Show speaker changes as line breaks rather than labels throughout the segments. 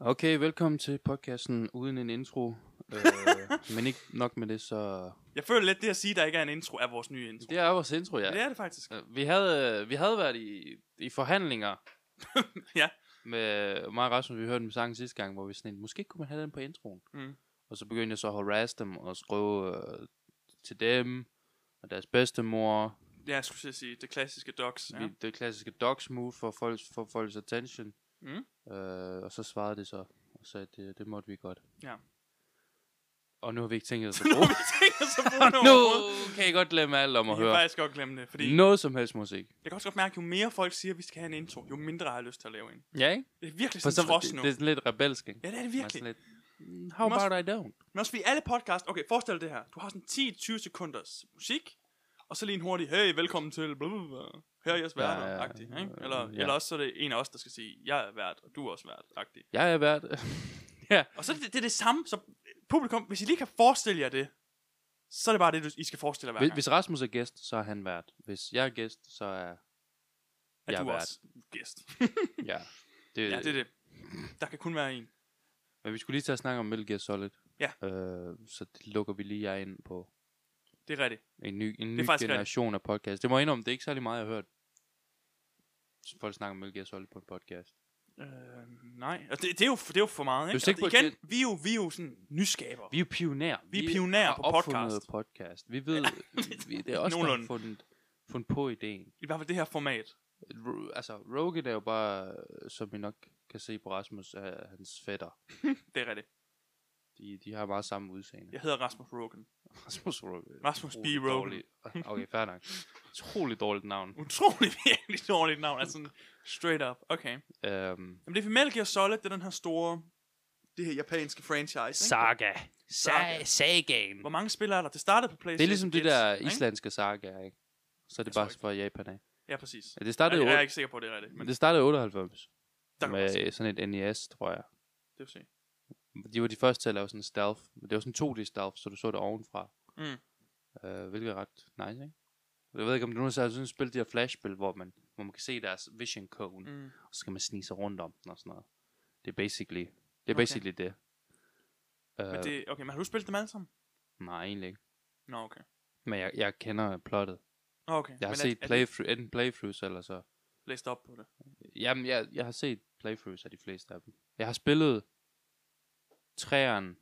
Okay, velkommen til podcasten uden en intro. øh, men ikke nok med det, så...
Jeg føler lidt det at sige, der ikke er en intro, er vores nye intro.
Det er vores intro, ja.
Det er det faktisk.
Øh, Vi havde, vi havde været i, i forhandlinger
Ja.
med mig og Rasmus, vi hørte dem sange sidste gang, hvor vi sådan, lidt, måske kunne man have den på introen.
Mm.
Og så begyndte jeg så at harass dem og skrive øh, til dem og deres bedstemor.
Ja, jeg skulle til at sige, det klassiske docs.
Ja.
Ja.
Vi, det klassiske dogs move for folks, for folks attention.
Mm.
Øh, og så svarede det så, og sagde, at det, det måtte vi godt.
Ja.
Og nu har vi ikke tænkt os at
Nu har
bruge.
vi tænkt os at bruge noget
nu
overhovedet.
kan I godt glemme alt om at
Jeg kan
høre Mm.
faktisk godt glemme det, fordi
noget som helst musik.
jeg kan også godt mærke, at jo mere folk siger, at vi skal have en intro, jo mindre har jeg lyst til at lave en.
Ja, ikke?
Det er virkelig
For
sådan
så,
en trods
det,
nu.
det er sådan lidt rebelsk, ikke?
Ja, det er det
Man er sådan
virkelig.
lidt, "Mm, How
Måske-
about I don't?
Men også fordi alle podcast, okay, forestil dig det her. Du har sådan 10-20 sekunders musik, og så lige en hurtig, hey, velkommen til, blablabla. her er jeres
Ja,
værter,
ja, ja.
agtig, ikke? Eller,
Ja.
eller også så er det en af os, der skal sige, jeg er vært, og du er også vært, agtig.
Jeg er vært. ja.
Og så er det, det er det samme, så publikum, hvis I lige kan forestille jer det, så er det bare det, du, I skal forestille jer hver
Hvis,
gang.
hvis Rasmus er gæst, så er han vært. Hvis jeg er gæst, så er
at
jeg
du
er
er
vært.
også gæst.
Øh. Ja. Det,
ja, det er det. Der kan kun være en.
Men vi skulle lige til at snakke om Metal Gear Solid.
Ja.
Øh, så det lukker vi lige jer ind på.
Det er rigtigt.
En ny, en
er
ny
faktisk
generation af podcast. Det må jeg indrømme, det er ikke særlig meget, jeg har hørt. Folk snakker om Metal Gear Solid på en podcast.
Øh, nej, altså, det, det, er jo, det er jo for meget, ikke?
sikker på,
altså, igen,
at
vi er jo, vi er jo sådan nyskaber.
Vi er jo pionerer.
Vi er pionerer
har
på
opfundet podcast. Vi ved, vi, det er også
Nogenlunde.
fundet, fundet på ideen.
I hvert fald det her format.
Ro- altså, Rogan er jo bare, øh, som vi nok kan se på Rasmus, er hans fætter.
Det er rigtigt.
De, de har meget samme udseende.
Jeg hedder Rasmus Rogan.
Rasmus Rogan.
Rasmus B.
Utrolig
Rogan.
dårligt. Okay, fair nok. Utrolig dårligt navn.
Utrolig virkelig dårligt navn, altså sådan straight up. Okay.
Øhm,
Jamen det er for Metal Gear Solid, det er den her store, det her japanske franchise. Ikke?
saga.
Saga.
Sagaen.
Hvor mange spillere er der? Det startede på PlayStation
Det er ligesom det
1,
der
ikke?
islandske saga, ikke? Så er det
tror
bare
ikke.
fra Japan af.
Ja, præcis.
Ja, Det
Ja, det
startede,
er, jeg er
ja,
ikke sikker på, at det er rigtigt, men
det startede i 98
der kan man se.
med øh, sådan et NES, tror jeg.
Det vil sige.
De var de første til at lave sådan en stealth. Men Det var sådan en 2D stealth, så du så det ovenfra.
Mm.
Øh, hvilket er ret nice, ikke? Jeg ved ikke, om du nogensinde har sådan et spil, de her flashspil, hvor man, hvor man kan se deres vision cone, mm.
Mm.
og så skal man snige sig rundt om den og sådan noget. Det er basically det. Er
Okay.
basically det.
Men
Øh, det.
det, okay, men har du spillet dem alle sammen?
Nej, egentlig ikke.
Nå, okay.
Men jeg, jeg kender plottet.
Nå, okay.
Jeg har
men
set
er, Er
playthrough, enten playthroughs eller så.
du læst op på det?
Jamen, jeg, jeg har set playthroughs af de fleste af dem. Jeg har spillet 3'eren,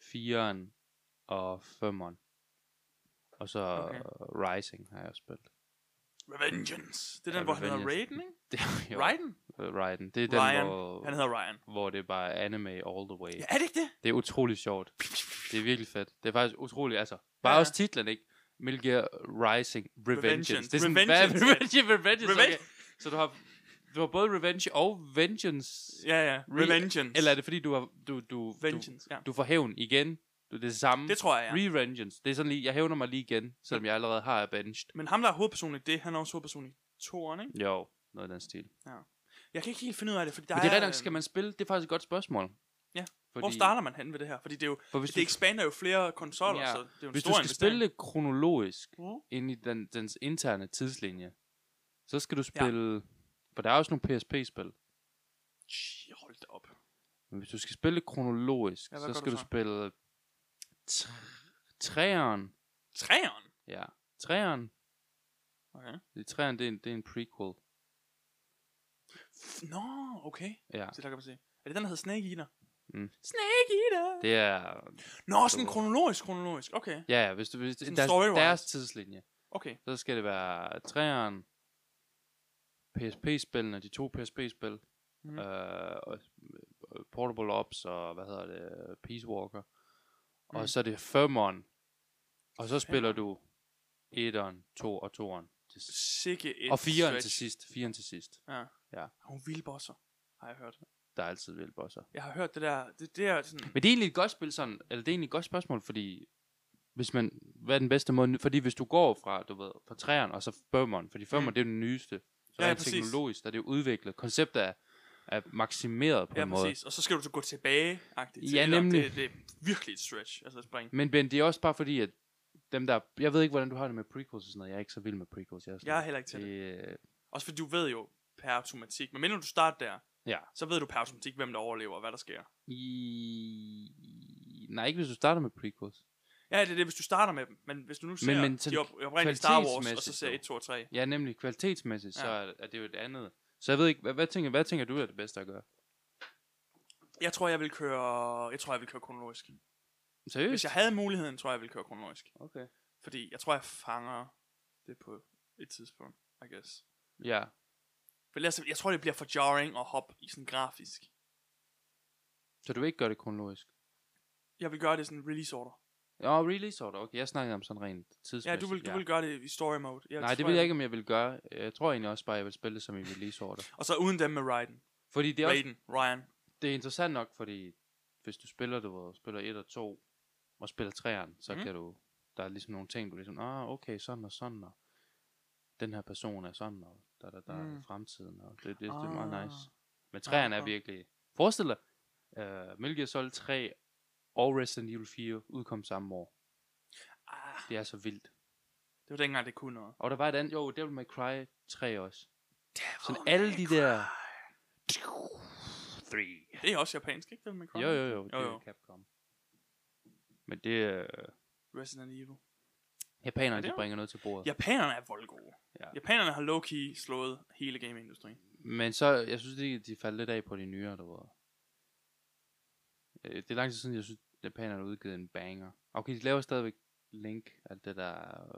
4'eren og 5'eren. Og så
Okay.
okay. Rising har jeg også spillet.
Revengeance. Det er den,
Ja,
hvor han hedder
Revengeance.
Raiden, ikke?
Det, jo,
Raiden?
øh, Raiden. Det er den,
Ryan.
hvor,
Han hedder Ryan.
hvor det er bare anime all the way.
Ja,
Yeah.
er det ikke det?
Det er utrolig sjovt. Det er virkelig fedt. Det er faktisk utroligt, altså. Bare
Ja.
ja. også titlen, ikke? Metal Gear Rising Revengeance.
Revengeance.
Det er sådan,
Revengeance,
hvad? Revenge, Revengeance.
Reven-
Okay. Så du har, du har både Revenge og Vengeance.
Ja, ja. Revengeance.
Eller er det fordi, du har, du, du, du,
Vengeance, ja.
du får hævn igen? Du, det er det samme.
Det tror jeg, ja.
Re-vengeance. Det er sådan lige, jeg hævner mig lige igen, selvom jeg allerede har avenged.
Men ham, der er hovedpersonen i det, han er også hovedperson i toeren, ikke?
Jo, noget af den stil.
Jeg kan ikke helt finde ud af det, fordi der
Men det er
er... øhm,
rigtig nok, skal man spille? Det er faktisk et godt spørgsmål.
Ja.
Fordi,
Hvor starter man hen ved det her? Fordi det er jo...
For hvis,
det
du,
ekspander jo flere konsoller,
Ja.
så det er jo en
hvis
stor
du skal
investering.
spille det kronologisk,
Mm.
ind i den, dens interne tidslinje, så skal du
Ja.
spille... For der er også nogle PSP-spil.
Tj, Hold da op.
Men hvis du skal spille det kronologisk,
Ja,
ja,
hvad
så
gør
skal
du
du,
så?
spille... T- træeren.
Træeren?
Ja. Træeren.
Okay.
Det, træeren, det er en, det er en prequel.
F- Nå, okay.
Ja.
Så der kan man se. Er det den, der hedder Snake Eater?
Mm.
Snake Eater!
Det er...
Nå, sådan kronologisk, kronologisk. Okay,
Ja, ja, hvis du... Hvis
Sådan
deres,
story-wise.
deres tidslinje.
okay.
Så skal det være træeren, PSP-spillene, de to PSP-spil,
Mhm.
mm. øh, og øh, Portable Ops og, hvad hedder det, Peace Walker. Mm.
Mm.
Og så er det femeren. Og så spiller
Femmeren.
du etteren, to og toeren. Til s-
Sikke et
og fireren
stretch.
til sidst. Fireren til sidst.
Ja.
Ja.
Hun vilde bosser, har jeg hørt.
Der er altid vildt bosser.
Jeg har hørt det der, det der sådan...
Men det er egentlig et godt spil sådan, eller det er egentlig et godt spørgsmål, fordi hvis man, hvad er den bedste måde, fordi hvis du går fra, du ved, fra træerne og så femmeren, fordi femmeren
Mm.
mm. det er den nyeste, så
Ja,
ja,
ja,
rent
præcis.
teknologisk, der er det jo udviklet, konceptet er, er maksimeret på
Ja,
en måde.
præcis. Og så skal du så gå tilbage -agtigt, til
Ja,
etteren.
nemlig.
Det, det, er virkelig et stretch, altså et spring.
Men Ben, det er også bare fordi, at dem der, jeg ved ikke, hvordan du har det med prequels og sådan noget, jeg er ikke så vild med prequels. Jeg er, sådan, øh,
Jeg er heller ikke til det.
det,
Også fordi du ved jo per automatik, men mindre du starter der,
Ja.
Så ved du per automatik, hvem der overlever og hvad der sker.
I... Nej, ikke hvis du starter med prequels.
Ja, det er det, hvis du starter med dem. Men hvis du nu ser men,
men
men,
sådan
de op, oprindelige Star Wars, og så
kvalitetsmæssigt
ser
jo.
1, 2 og 3.
Ja, nemlig kvalitetsmæssigt, så
Ja.
er, er det jo et andet. Så jeg ved ikke, hvad, hvad, tænker, hvad tænker du er det bedste at gøre?
Jeg tror, jeg vil køre, jeg tror, jeg vil køre kronologisk.
Seriøst?
Hvis jeg havde muligheden, tror jeg, jeg ville køre kronologisk.
Okay.
Fordi jeg tror, jeg fanger det på et tidspunkt, I guess.
Ja.
For ellers, jeg tror, det bliver for jarring at hoppe i sådan grafisk.
Så du vil ikke gøre det kronologisk?
Jeg vil gøre det sådan release order.
Ja, oh, release order. Okay, jeg snakkede om sådan rent
Ja,
tidsmæssigt.
du vil, du vil gøre det i story mode. Jeg
Nej, det
tror,
vil jeg ikke, om jeg vil gøre. Jeg tror egentlig også bare, jeg vil spille det som i release order.
Og så uden dem med Raiden.
Fordi det er, også,
Raiden, Ryan.
det er interessant nok, fordi hvis du spiller det, hvor du spiller 1 og 2, og spiller 3'eren, så
Mhm.
kan du, der er ligesom nogle ting, du ligesom, ah, okay, sådan og sådan, og den her person er sådan, og der, der, der mm.
Mm.
er fremtiden, og det, det, det er meget
Ah.
nice. Men 3'eren er
Ah.
virkelig, forestil dig, uh, Metal Gear Solid 3 og Resident Evil 4 udkom samme år.
Ah,
Det er så vildt.
det var dengang, det kunne noget.
Og der var et andet, jo, Devil May Cry 3 også. Sådan
Devil
alle
May
de der-
Cry.
3.
Det er også japansk, ikke? Devil May Cry.
Jo, jo, jo, det
Jo,
er
jo.
Capcom. Men det er... Øh,
Resident Evil.
japanerne,
Men det
de
er-
bringer noget til bordet.
Japanerne er voldgode.
Ja.
Ja. Japanerne har low-key slået hele gameindustrien.
Men så, jeg synes, de, de faldt lidt af på de nyere, du ved. Øh, Det er lang tid siden, jeg synes, japanerne har udgivet en banger. Okay, de laver stadigvæk Link, alt det der...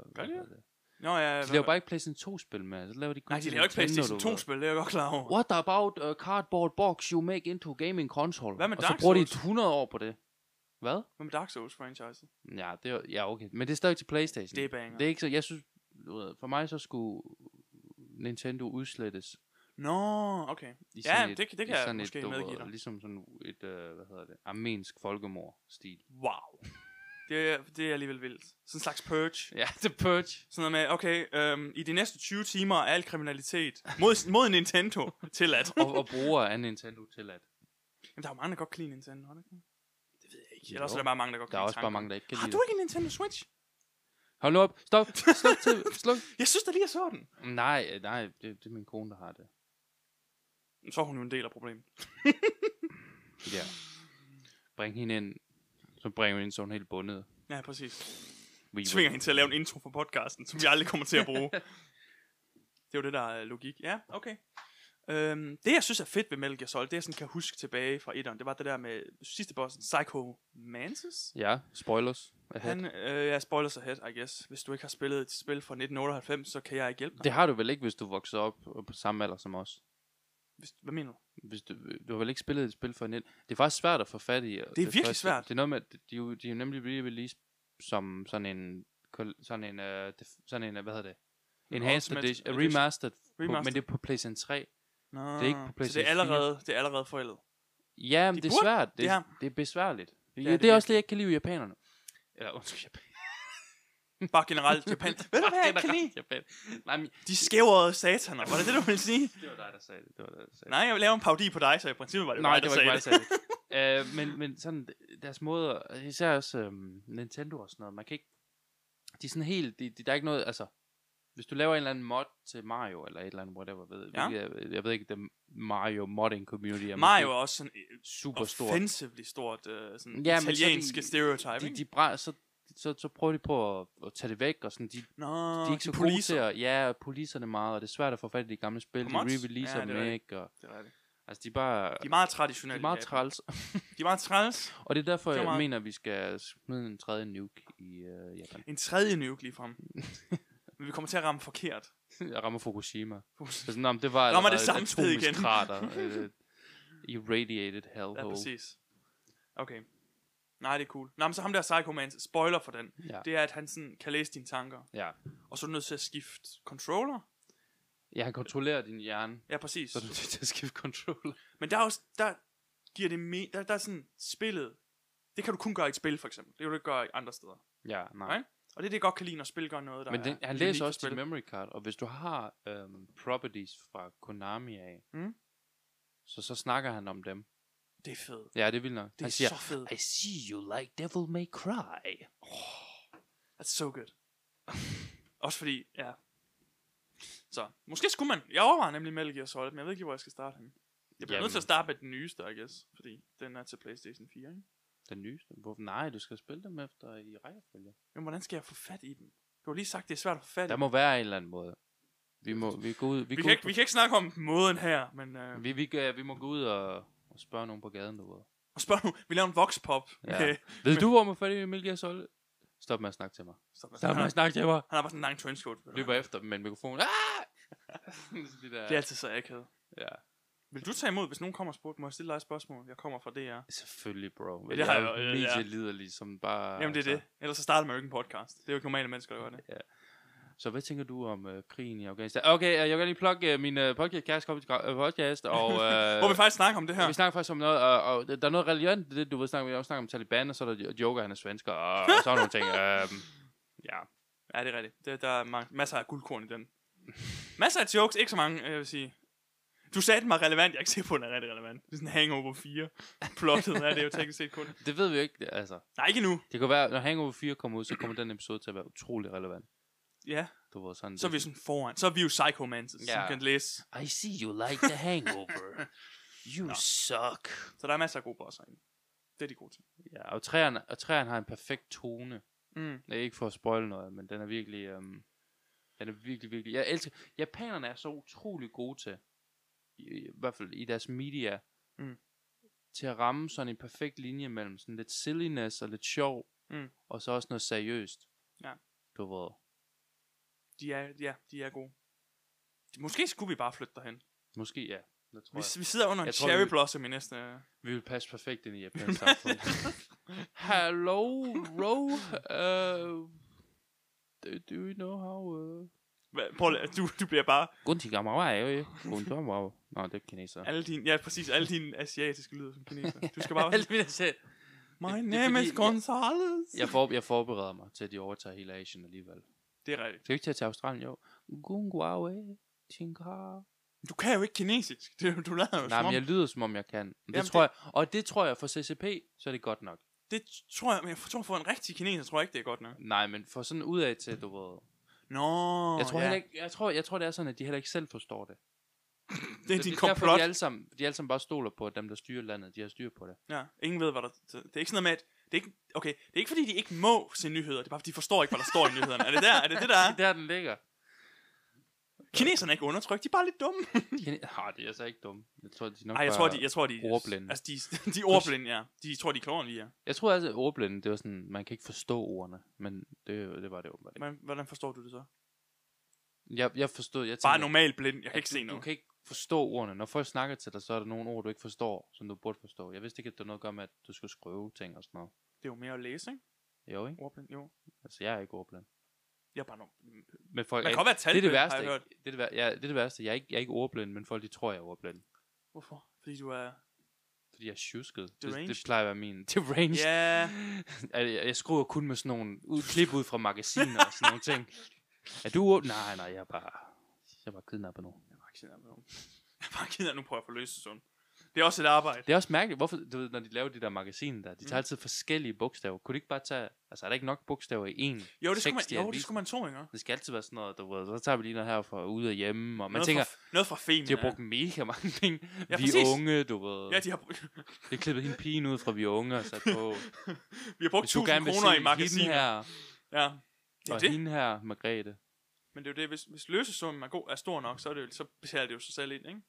øh,
Gør
hvad
de det?
hedder
Nå ja,
De laver bare ikke PlayStation 2-spil med, så laver de kun
Nej, de
til
laver ikke
Nintendo,
PlayStation
du ved.
2-spil, det er jeg godt klar over.
What about a cardboard box you make into a gaming console?
Hvad med
Og
Dark
så bruger de
Souls?
100 år på det. Hvad?
Hvad med Dark Souls-franchiset?
Ja, det er, ja, okay. Men det er stadig til Playstation.
Det er banger.
Det er ikke så, jeg synes, du ved, for mig så skulle Nintendo udslettes
Nå, okay.
i
Ja,
sådan et,
det kan- det
i
kan jeg
sådan
måske
et, du
medgive
ved,
dig.
Ligesom sådan et, øh, hvad hedder det, armensk folkemord-stil.
Wow. Det er, det er alligevel vildt. Sådan en slags purge.
Ja, The Purge.
Sådan noget med, okay, øhm, i de næste 20 timer er al kriminalitet mod, mod Nintendo tilladt.
og, og brugere af Nintendo til at.
Jamen, der er jo mange, der godt kan lide Nintendo, har det ikke? Det ved jeg ikke.
Jo.
Ellers er der bare mange, der godt
Der er
kan lide
også bare
tanken.
mange, der ikke kan
Har
lide
du
det.
ikke en Nintendo Switch?
Hold nu op. Stop. Sluk til. Sluk.
Jeg synes da lige, jeg så den.
Nej, øh, nej, det, det er min kone, der har det.
Så er hun jo en del af problemet.
Ja. Bring hende ind. Så bringer vi hende, så hun er helt bundet.
Ja, præcis.
We
tvinger hende til at lave en intro for podcasten, som vi aldrig kommer til at bruge. det er jo det, der er logik. Ja, okay. Øhm, det, jeg synes er fedt ved Metal Gear Solid, det jeg sådan kan huske tilbage fra etteren, det var det der med sidste bossen, Psycho Mantis.
Ja, spoilers. Han...
Han, øh, ja, spoilers ahead, I guess. Hvis du ikke har spillet et spil fra 1998, så kan jeg ikke hjælpe dig.
Det har du vel ikke, hvis du voksede op øh, på samme alder som os?
Hvis, hvad mener du?
hvis du, øh, du har vel ikke spillet et spil for en ind. Det er faktisk svært at få fat i. øh, Det er
virkelig svært.
Det er noget med, at de, er jo- de er jo nemlig blevet released som sådan en, kol- sådan en, uh, def, sådan en, øh, hvad hedder det?
En
Enhanced
Ultimate
Edition,
Edition.
remastered, remastered. På, men
Remastered.
det er på PlayStation 3.
Nå,
er ikke på
så det
PlayStation
er allerede, det er allerede forældet.
Ja, men
De
det er
burde-
svært. Det,
det
er,
her.
det er besværligt. Ja,
er
det,
det
det er også
virkelig.
det, jeg ikke kan lide ved japanerne. Eller undskyld, Japan.
Bare generelt Japan. Ved du, hvad jeg
Det er
ikke kan
da
lide?
ret Japan. Nej, men,
De skævrede sataner. Var det det, du ville sige?
det var dig, der sagde det. det, var dig, der sagde
Nej, jeg vil lave en parodi på dig, så i princippet var det
det. Nej,
mig,
det
der
var ikke
sagde
mig, der
det.
sagde det. Øh, men, men sådan, deres måder, især også øhm, Nintendo og sådan noget, man kan ikke, de er sådan helt, de, de, der er ikke noget, altså, hvis du laver en eller anden mod til Mario, eller et eller andet, whatever, ved, ja.
Ja.
jeg, jeg ved ikke, den Mario modding community er
Mario er også sådan øh,
super stor.
offensively stort øh, sådan
Ja,
ja,
men så
italienske
de-
stereotype,
De,
ikke?
de bræ, så, så, så prøver de på at, at tage det væk, og sådan, de,
Nå,
de er ikke så gode til at, ja, poliserne meget, og det er svært at få fat i de gamle spil,
Og
de
mods?
re-releaser
Ja,
ja,
det er
dem
rigtigt.
ikke, og,
Det er rigtigt.
altså, de er bare,
De er meget
de er
traditionelle.
meget
japanere.
træls.
De er meget træls.
Og det er derfor,
Det var
jeg
meget-
mener, at vi skal smide en tredje nuke i øh, Japan.
En tredje nuke lige frem. Men vi kommer til at ramme forkert.
Jeg rammer Fukushima. Så sådan, om det var
Rammer
allerede
det
et
samme sted
atomisk
igen."
krater. Øh, irradiated
Ja,
hellhole.
præcis. Okay. Nej, det er cool. Nå, men så ham der Psycho Man, spoiler for den.
Ja.
Det er, at han sådan kan læse dine tanker.
ja.
Og så er du nødt til at skifte controller.
Jeg kan kontrollere din hjerne,
Ja, præcis.
så du er nødt til at skifte controller.
Men der er også, der giver det me- der, der er sådan spillet. Det kan du kun gøre i et spil, for eksempel. Det kan du ikke gøre i andre steder.
Ja, nej.
Nej, Og det er det, jeg godt kan lide, når spil gør noget, der
Men den,
er
han
unikt
læser
for
også dit
spil.
memory card, og hvis du har øhm, properties fra Konami af,
Mm.
så, så snakker han om dem.
Det er fedt.
Ja, det vil nok.
Det
han
er
siger,
så fedt.
I see you like Devil May Cry.
That's so good. Også fordi, ja. Så, måske skulle man... Jeg overvejer nemlig Metal Gear Solid, men jeg ved ikke lige, hvor jeg skal starte henne. Jeg bliver nødt til at starte med den nyeste, I guess. Fordi den er til Playstation 4, ikke?
Den nyeste. Hvorfor? Nej, du skal spille dem efter i rækkefølge.
Men hvordan skal jeg få fat i dem? Du har lige sagt, det er svært at få fat i
Der
dem.
må være en eller anden måde. Vi må, vi går ud, vi,
Vi,
går
kan
ud
ikke, vi kan ikke snakke om måden her, men...
på,
Øh,
vi, vi, kan- vi må gå ud og, og spørge nogen på gaden derude.
og spørg nu, vi laver en voxpop.
Ja.
med-
Ved du, hvor man får det Metal Gear Solid? Stop med at snakke til mig.
Stop med at
Stop med
snakke.
at snakke til mig.
Han har bare sådan en lang trenchcoat.
Løber efter dem med en mikrofon. Ah! De der,
Det er altid så akavet.
ja.
Vil du tage imod, hvis nogen kommer og spurgte, må jeg stille dig et spørgsmål? Jeg kommer fra DR.
Selvfølgelig, bro.
Ja,
Ja,
det har
jeg
jeg jo-
er
ja,
jo
ja.
medieliderlig, som bare...
Jamen det
altså-
er det. Ellers så starter man jo ikke en podcast. Det er jo ikke normale mennesker, der gør det.
Så hvad tænker du om øh, krigen i Afghanistan? Okay, øh, jeg kan lige plukke øh, min øh, podcast, kom, øh, podcast og... Øh,
Hvor vi faktisk snakker om det her.
Vi snakker faktisk om noget, og, og der er noget relevant i det, du ved, snakker, vi også snakker om Taliban, og så er der Joker, han er svensker, og, og sådan nogle ting. Øhm, ja.
Ja, det er rigtigt. Det, der er ma- masser af guldkorn i den. Masser af jokes, ikke så mange, øh, jeg vil sige. Du sagde, den var relevant. Jeg er ikke sikker på, at den er rigtig relevant. Det er sådan Hangover 4. Plottet er det jo teknisk set kun.
Det ved vi jo ikke, altså.
Nej, ikke nu.
Det kan være, når Hangover 4 kommer ud, så kommer den episode til at være utrolig relevant.
Ja,
Du ved, sådan
så er vi sådan foran. Så er vi jo psychomancer, ja. som
Ja.
kan læse.
I see you like the hangover. You suck.
Så der er masser af gode bosser inde. Det er de gode til.
Ja, og træerne, og træerne har en perfekt tone.
Mm.
Det er ikke for at spoil noget, men den er virkelig... Øhm, den er virkelig, virkelig... Jeg elsker... Japanerne er så utrolig gode til, i, i hvert fald i deres media,
Mm.
til at ramme sådan en perfekt linje mellem sådan lidt silliness og lidt sjov,
Mm.
og så også noget seriøst.
Ja.
Du ved.
De er, ja, de er gode. Måske skulle vi bare flytte derhen.
Måske, ja. Det tror
Vi,
jeg.
vi sidder under en
Jeg tror,
cherry
vi-
blossom i næste...
Vi vil passe perfekt ind i Japans samfund. Hello, bro. Uh, do, do you know how... Uh...
Hva- Prøv, at- du, du bliver bare...
Guntigamawai, Guntigamawai. Nå, det er kineser.
Alle dine, ja, præcis, alle dine asiatiske lyder som kineser. Du skal bare...
Alt mit selv.
My
det er
name
fordi,
is
jeg-
Gonzales.
Jeg, for, jeg forbereder mig til, at de overtager hele Asien alligevel.
Det er rigtigt.
Skal vi ikke tage til Australien? Jo. Gunguawe, Chingar.
Du kan jo ikke kinesisk. Det, er jo- du lader
Nej,
jo som om.
men jeg lyder, som om jeg kan. Men Det
Jamen,
Jamen, tror jeg, og det tror jeg, for CCP, så er det godt nok.
Det tror jeg, men jeg tror for en rigtig kineser, tror jeg ikke, det er godt nok.
Nej, men for sådan ud af til, du ved.
Nå,
Jeg tror,
ja.
heller ikke, jeg, tror, jeg tror, det er sådan, at de heller ikke selv forstår det.
Det er
det
din
er derfor,
komplot.
de alle, sammen, de alle sammen bare stoler på, at dem, der styrer landet, de har styr på det.
Ja, ingen ved, hvad der... Det er ikke sådan noget med, at... Det er ikke, okay, det er ikke fordi, de ikke må se nyheder. Det er bare, fordi de forstår ikke, hvad der står i nyhederne. Er det der? Er det det, der er?
Det er der, den ligger.
Kineserne er ikke undertrykt. De er bare lidt dumme.
Har det er altså ikke dumt. Jeg tror, de er nok
Nej, jeg
bare-
tror, de... Jeg tror, de
ordblinde.
Altså, de, de er ordblinde, ja. De tror, de er klogere, end vi er.
Jeg tror altså, at ordblinde, det var sådan, man kan ikke forstå ordene, men det, det var det åbenbart ikke.
Men, hvordan forstår du det så?
Jeg, jeg forstod, jeg tænkte,
Bare normal blind. Jeg kan ikke
du,
se
du
noget.
kan ikke forstå ordene. Når folk snakker til dig, så er der nogle ord, du ikke forstår, som du burde forstå. Jeg vidste ikke, at det var noget at gøre med, at du skulle skrive ting og sådan noget.
Det er jo mere at læse, ikke?
Jo, ikke?
Ordblind, jo.
Altså, jeg er ikke ordblind.
Jeg er bare normal.
Men folk,
Man kan
er,
godt være
det er
talblind,
det
har
værste,
jeg
ikke?
hørt.
Det er det, vær- ja, det er det værste. Jeg er ikke, jeg er ikke ordblind, men folk de tror, jeg er ordblind.
Hvorfor? Fordi du er...
Fordi jeg er tjusket. Det, det
Deranged.
plejer at være min. Deranged.
Ja,
Jeg, jeg, jeg skriver kun med sådan nogle ud, klip ud fra magasiner og sådan nogle ting. Er du ordblind? Nej, nej, jeg er bare, jeg er bare kidnappet nu.
Jeg var ikke ked af det. Jeg var ked af, at nu prøver jeg at få løst det sådan. Det er også et arbejde.
Det er også mærkeligt, hvorfor, du ved, når de laver de der magasiner der, de tager
Mm.
altid forskellige bogstaver. Kunne de ikke bare tage, altså er der ikke nok bogstaver i en
Jo, det skulle man,
tekst i
jo, det
avisen?
skulle man tro, ikke?
Det skal altid være sådan noget, du ved, så tager vi lige noget her fra ude af hjemme, og man
noget
tænker,
fra, noget fra Femina.
de har brugt mega mange ting.
Ja,
vi
præcis.
er unge, du ved.
Ja,
Ja,
de har, brugt-
Det klippet hende pigen ud fra vi er unge og sat på.
vi har brugt
Hvis du
1000
gerne vil
kroner i
se hende
magasiner.
her,
Ja. Det er
og
det.
hende her, Margrethe.
Men det er jo det, hvis, hvis løsesummen er, god, er stor nok, så, er det jo, så betaler det jo sig selv ind, ikke?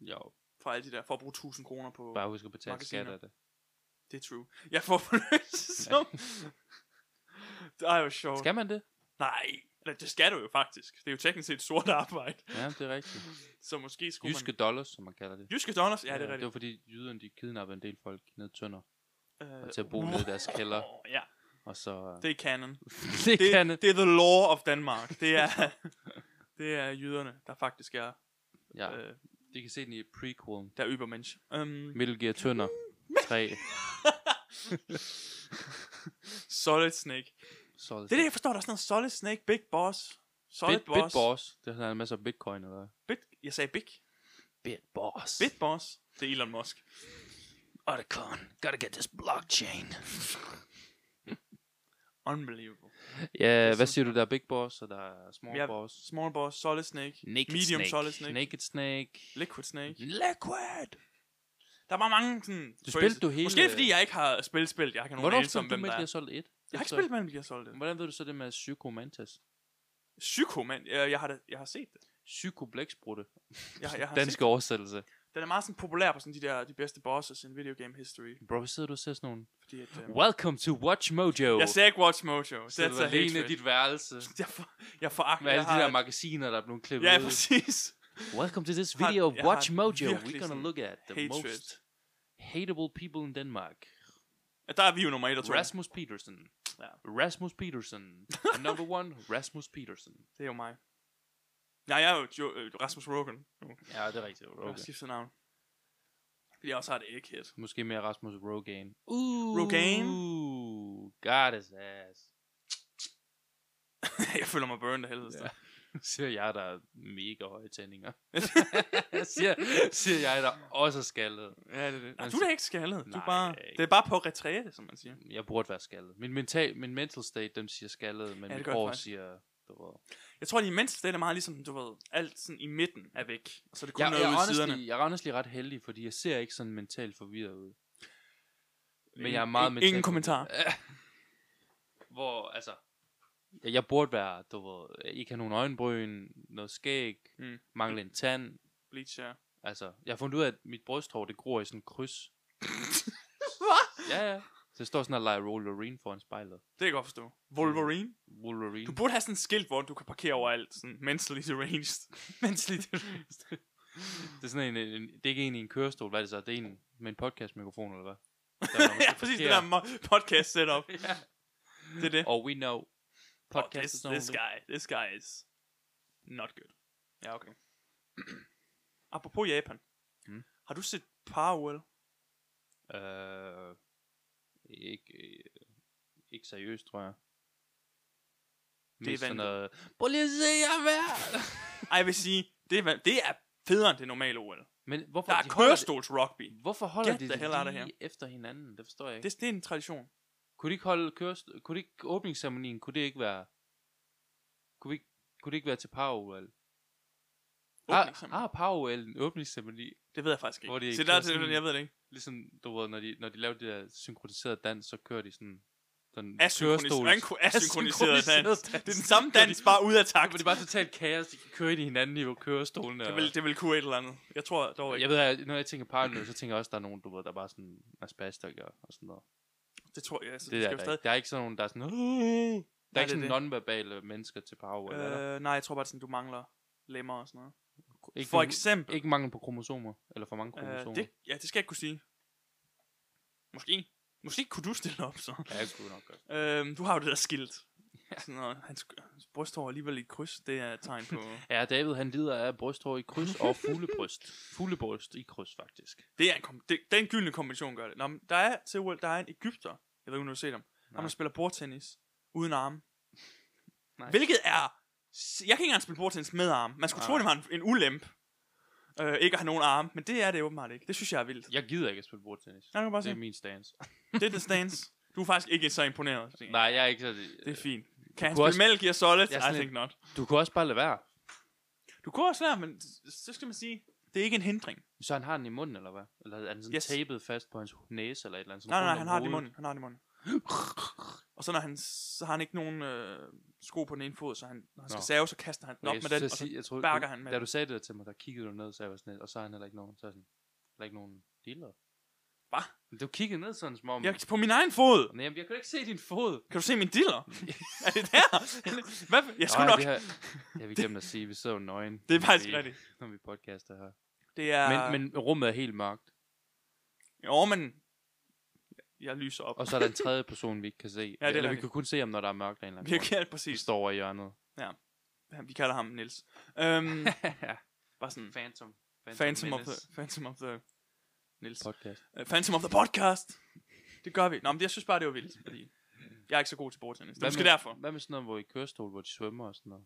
Jo,
For alle de der, for at bruge 1000 kroner på...
bare husk at betale
Magasiner.
skat af det.
Det er true. Jeg får for løsesummen. det er jo sjovt.
Skal man det?
Nej, eller det skal du jo faktisk. Det er jo teknisk set sort arbejde.
Ja, det er rigtigt.
Så måske skulle
Jyske dollars, som man kalder det.
man... Jyske dollars? Ja, det er
det
rigtigt.
var fordi jyderne, de kidnappede en del folk ned i tønder,
Øh,
og til at bo nede i deres kælder,
Ja,
og så... øh,
det er canon.
det
det,
kan
det er the law of Danmark. Det er, det er jyderne, der faktisk er,
Ja,
øh,
de kan se den i prequelen.
der er übermensch. Um,
Metal Gear Tønder 3.
Solid Snake.
Solid
Det er det, jeg forstår, der er sådan noget Solid Snake, Big Boss, Solid
Bit,
Boss.
Bit Boss. Det er sådan en masse af bitcoin, eller hvad?
Bit, jeg sagde Big.
Bit Boss.
Big Boss. Det er Elon Musk.
Otacon. Gotta get this blockchain.
Unbelievable.
Ja, hvad
sådan-
siger du? Der er Big Boss, og der er Small
Ja,
Boss.
Small Boss, Solid Snake,
Naked
Medium
snake.
Solid Snake.
Naked Snake.
Liquid Snake.
Liquid!
Der var mange sådan...
Du
phrases.
spillede du hele-
Måske fordi jeg ikke har spillet spillet. Jeg har ikke nogen
Hvornår
anelse om,
spillede du
hvem der
Metal Gear
er.
Solid 1?
Jeg har ikke spillet Metal Gear Solid.
Hvordan ved du så det med Psycho Mantis?
Psycho, mand. Jeg, jeg, har, da- jeg har set det.
Psycho Blæksprutte.
Jeg, jeg har set
Dansk oversættelse.
det. Den er meget sådan populær på sådan de der de bedste bosses in video game history.
Bro, hvad sidder du og ser sådan nogle?
Fordi at, øh,
Welcome to Watch Mojo.
jeg ser ikke Watch Mojo.
sidder
That's
du
a
alene i
hatred.
dit værelse.
Jeg, for, jeg foragter.
Med alle
Jeg
de der
har,
magasiner, der er blevet klippet
ja,
ud.
præcis.
Welcome to this
Har-
video of
jeg har
Watch Mojo.
virkelig
We're gonna
sådan
look at the
hatred.
most hateable people in Denmark.
Ja, der er vi jo nummer 1 og 2.
Rasmus Peterson.
Ja.
Rasmus Peterson. And number one, Rasmus Peterson.
Det er jo mig. Nej, jeg er jo jo, øh, Rasmus Rogan. Okay.
Ja, det er rigtigt.
Jeg har
Okay.
skiftet navn. Fordi jeg også har et ægget.
Måske mere Rasmus Rogan. Ooh.
Rogan?
God is ass.
jeg føler mig burned af helvede.
Ja. Siger jeg, der er mega høje tændinger. siger, siger jeg, der også er skaldet.
Ja, det er det. Nej,
Men
du er da ikke skaldet. Du er
Nej,
bare,
jeg er ikke.
det er bare på retræte, som man siger.
Jeg burde være skaldet. Min, mental, min mental state, den siger skaldet, men
det
ja, mit
gør det
hår
faktisk.
siger... Du ved.
Jeg tror, at de mindste det er meget ligesom, du ved, alt sådan i midten er væk. Og så er det kun
Jeg,
noget
jeg,
ude
er
i siderne.
honestly, jeg er honestly ret heldig, fordi jeg ser ikke sådan mentalt forvirret ud. Men jeg er meget
Ingen, ingen
mentalt
kommentar.
Hvor, altså... Jeg, jeg burde være, du ved, ikke have nogen øjenbryn, noget skæg,
Mm.
mangle en tand.
Bleach, ja.
Altså, jeg har fundet ud af, at mit brysthår, det gror i sådan en kryds. Ja, ja. Så jeg står sådan og leger Wolverine foran spejlet.
Det kan jeg godt forstå. Wolverine?
Wolverine.
Mm. Du burde have sådan en skilt, hvor du kan parkere overalt. Sådan mentally deranged. mentally deranged.
Det er sådan en, en, det er ikke en i en kørestol, hvad er det så? Det er en med en podcastmikrofon, eller hvad?
ja, præcis det der mo- podcast setup.
ja.
Det er det.
Og we know.
Oh,
Podcast
this,
is only.
this guy, this guy is not good. Ja, okay. Apropos Japan.
Mm.
Har du set Powerwell?
Øh, ikke, øh, ikke seriøst, tror jeg.
Det er
Mest sådan
vanvittigt.
noget, Prøv lige at se jer være!
Ej, jeg vil sige, det er, va- det er federe end det normale OL.
Men hvorfor,
Der er
de holder
kørestols-rugby.
det, hvorfor holder
Get
de
the hell out of
det
here.
lige efter hinanden? Det forstår jeg ikke.
Det, det er en tradition.
Kunne de ikke holde kørest... Kunne de ikke... Åbningsceremonien, kunne det ikke være... Kunne, vi ikke... kunne det ikke være til Power-OL? Har,
Åbningsceremonien.
har Power-OL en åbningsceremoni?
Det ved jeg faktisk ikke.
Ah. Hvor de
Se, der, er
kører
det,
sådan-
jeg ved det ikke.
Ligesom, du ved, når de, når de laver det der synkroniserede dans, så kører de sådan... sådan
Asynkronis-
kørestols-
man kunne- Asynkroniseret
Asynkroniseret dans.
dans. Det er den samme dans, bare ud af takt.
Men det er bare totalt kaos, de kan køre ind i hinanden i kørestolene.
Det vil, det vil kunne et eller andet. Jeg tror dog
og,
ikke.
jeg ved, at når jeg tænker Power-OL, så tænker jeg også, at der er nogen, du ved, der bare sådan er spastikker og sådan noget.
Det tror jeg. Altså,
Det,
det
der,
skal
er
jo
der,
stadig...
ikke. der er ikke sådan nogen, der er sådan... "Åh!" Der er ikke
Nej, det
sådan
er
nonverbale mennesker til Power-OL, er der?
Øh, nej, jeg tror bare, at sådan, du mangler lemmer og sådan noget.
Ikke
For
nogen-
eksempel.
Ikke mangel på kromosomer, eller for mange
øh,
kromosomer.
det, ja, det skal jeg ikke kunne sige. Måske. Måske kunne du stille op, så.
Ja, jeg kunne nok godt.
Øhm, du har jo det der skilt. Sådan noget. Hans, hans brysthår er alligevel i et kryds. Det er et tegn på...
Ja, David han lider af brysthår i kryds og fuglebryst. Fuglebryst i kryds, faktisk.
Det er en kom- det, den gyldne kombination gør det. Nå, men der er til OL, der er en Ægypter. Jeg ved ikke, om du har set ham.
Nej.
Ham, der spiller bordtennis uden arme.
Nej.
Nej. Hvilket er... s- Jeg kan ikke engang spille bordtennis med arme. Man skulle
Nej.
tro, det var en, en ulempe. Øh, ikke at have nogen arme, men det er det åbenbart ikke. Det synes jeg er vildt.
Jeg gider ikke at spille bordtennis.
Jeg kan bare
Det er
sige,
min stance.
det er the stance. Du er faktisk ikke så imponeret. Sten.
Nej, jeg er ikke så...
Det er fint. Kan han
kunne
spille Metal Gear Solid?
Jeg er sådan
I think
lidt-
not.
Du kunne også bare lade være.
Du kunne også lære, men s- så skal man sige, det er ikke en hindring.
Så han har den i munden, eller hvad? Eller er den sådan yes.
Yes.
tapet fast på hans næse, eller et eller andet? sådan
Nej, nej, nej,
rundt
han
om
har det i
hovedet?
munden. Han har det i munden. Og så når han, så har han ikke nogen øh, sko på den ene fod, så han, når han skal
Nå.
save, så kaster han den
Okay,
op
jeg skulle til
med den,
at
og så
sige- jeg troede,
sparker
du-
han med
Da
den.
du sagde det til mig, der kiggede du ned, så jeg var sådan lidt, og så er han heller ikke nogen, så er jeg sådan, heller ikke nogen dealer.
Hva?
Du kiggede ned sådan, som om...
Jeg, på min egen fod!
Nej, jamen, jeg kunne ikke se din fod.
Kan du se min diller? er det der? Hvad? for- Jeg skulle
Ej,
nok...
Det har, det har vi glemt at sige, vi sidder jo nøgen.
Det er
når
faktisk
vi-
rigtigt.
Når vi podcaster her.
Det er...
Men, men rummet er helt mørkt.
Jo, men... Jeg lyser op.
Og så er der en tredje person, vi ikke kan se.
er
Eller vi
rigtigt.
kan kun se ham, når der er mørkt af en eller
Vi
anden grund.
kan
Vi
præcis.
står over i hjørnet.
Ja, Vi kalder ham Nils. Øhm, bare sådan...
Mm. Phantom.
Phantom of the... Phantom of the... Nils.
Podcast.
Uh, Phantom of the Podcast! Det gør vi. Nå, men det- jeg synes bare, det var vildt, fordi... Jeg er ikke så god til bordtennis. Det er måske
med,
derfor.
Hvad med sådan noget, hvor I kørestol, hvor de svømmer og sådan noget?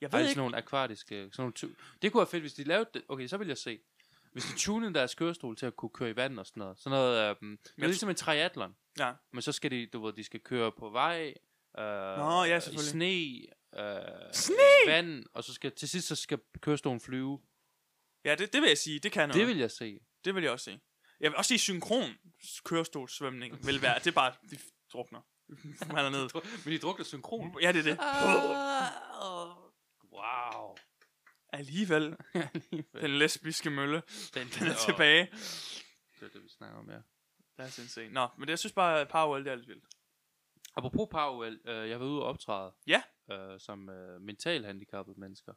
Jeg
Ej,
ved
det er
ikke,
sådan nogle akvatiske... Sådan nogle tu- det kunne være fedt, hvis de lavede det. Okay, så vil jeg se. Hvis de tunede deres kørestol til at kunne køre i vand og sådan noget. Sådan noget... Øh, det er
jeg
ligesom en triathlon.
Ja.
Men så skal de, du ved, de skal køre på vej, Øh,
Nå, ja, selvfølgelig.
I sne, øh,
Sne!
vand, og så skal, til sidst så skal kørestolen flyve.
Ja, det, det vil jeg sige, det kan noget.
Det vil jeg se.
det vil jeg også sige. Jeg vil også sige, synkron kørestolsvømning vil være, det er bare, vi drukner. Man er nede.
Men de drukner synkron.
Ja, det er det.
Wow.
Alligevel, den lesbiske mølle,
Den,
den er tilbage.
Det er det, vi snakker om, ja.
Det er sindssygt. Nå, men det, jeg synes bare, at Powerwell, det er lidt vildt.
Apropos Powell, øh, jeg var ude og optræde.
Ja.
Øh, som øh, mentalt handicappede mennesker.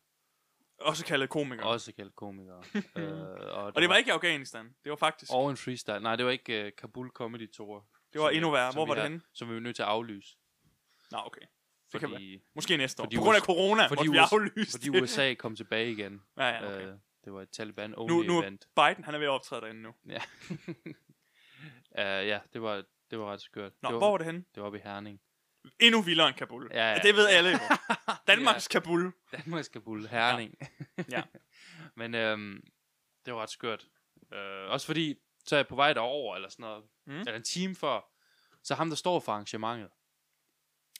Også kaldet komiker. Og,
Også kaldt komikere. øh, og,
og det var ikke i Afghanistan. Det var faktisk.
Og en freestyle. Nej, det var ikke øh, Kabul Comedy Tour.
det var
som
endnu
vi-
værre.
som
Hvor
vi
var det
har-
henne?
Som vi var nødt til at aflyse.
Nå, okay. Det kan være.
Fordi,
Måske næste år.
Fordi
På grund af
US-
corona,
fordi
fordi vi
US-
aflyst
fordi
det.
USA kom tilbage igen.
Ja, ja, okay.
Øh, det var et Taliban-only
Nu, nu er
event.
Biden, han er ved at optræde derinde nu.
Ja. uh, ja, det var, det var ret skørt.
Nå,
det var,
hvor var det henne?
det var oppe i Herning.
Endnu vildere end Kabul.
Ja, ja.
Det ved alle jo. Danmarks Kabul.
Danmarks Kabul, Herning.
Ja.
Men øhm, det var ret skørt. Øh, også fordi, så er jeg på vej derover eller sådan noget.
Mm.
Mm. Eller en time før. Så ham, der står for arrangementet.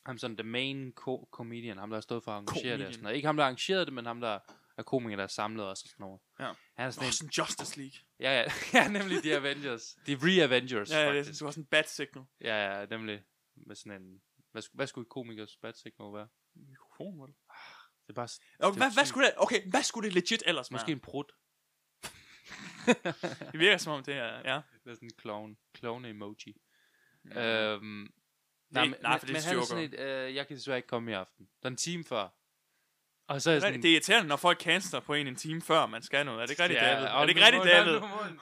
Ham sådan the main co- comedian. Ham, der har stået for at arrangere det
Comedian.
og sådan noget. Ikke ham, der arrangerede det, men ham, der er komiker, der har samlet os og sådan noget.
Ja.
Han er
Nå,
sådan en,
sådan Justice League.
ja, ja, ja, nemlig The Avengers. The Re-Avengers,
Ja, ja, det,
faktisk.
det var sådan en bad signal.
Ja, ja, nemlig. Med sådan en... Hvad, sk- hvad skulle et komikers bad signal være?
Mikrofon, var det?
Det er bare... s-
Og
Det
hvad,
er
hvad
sygt.
skulle det, okay, hvad skulle det legit ellers være?
Måske en prut.
Det virker som om det er, ja.
Det er sådan en clown. Clown-emoji. Mm. Øhm,
er ikke- nej, for det er
men han er sådan
joker.
et, øh, jeg kan desværre ikke komme i aften. Der er en time før. Og så er jeg sådan...
Det er irriterende, når folk canceler på en en time før, man skal noget. Er det ikke rigtigt, David? Er
og
det ikke
nu
rigtigt,
må-
David?
nu må han-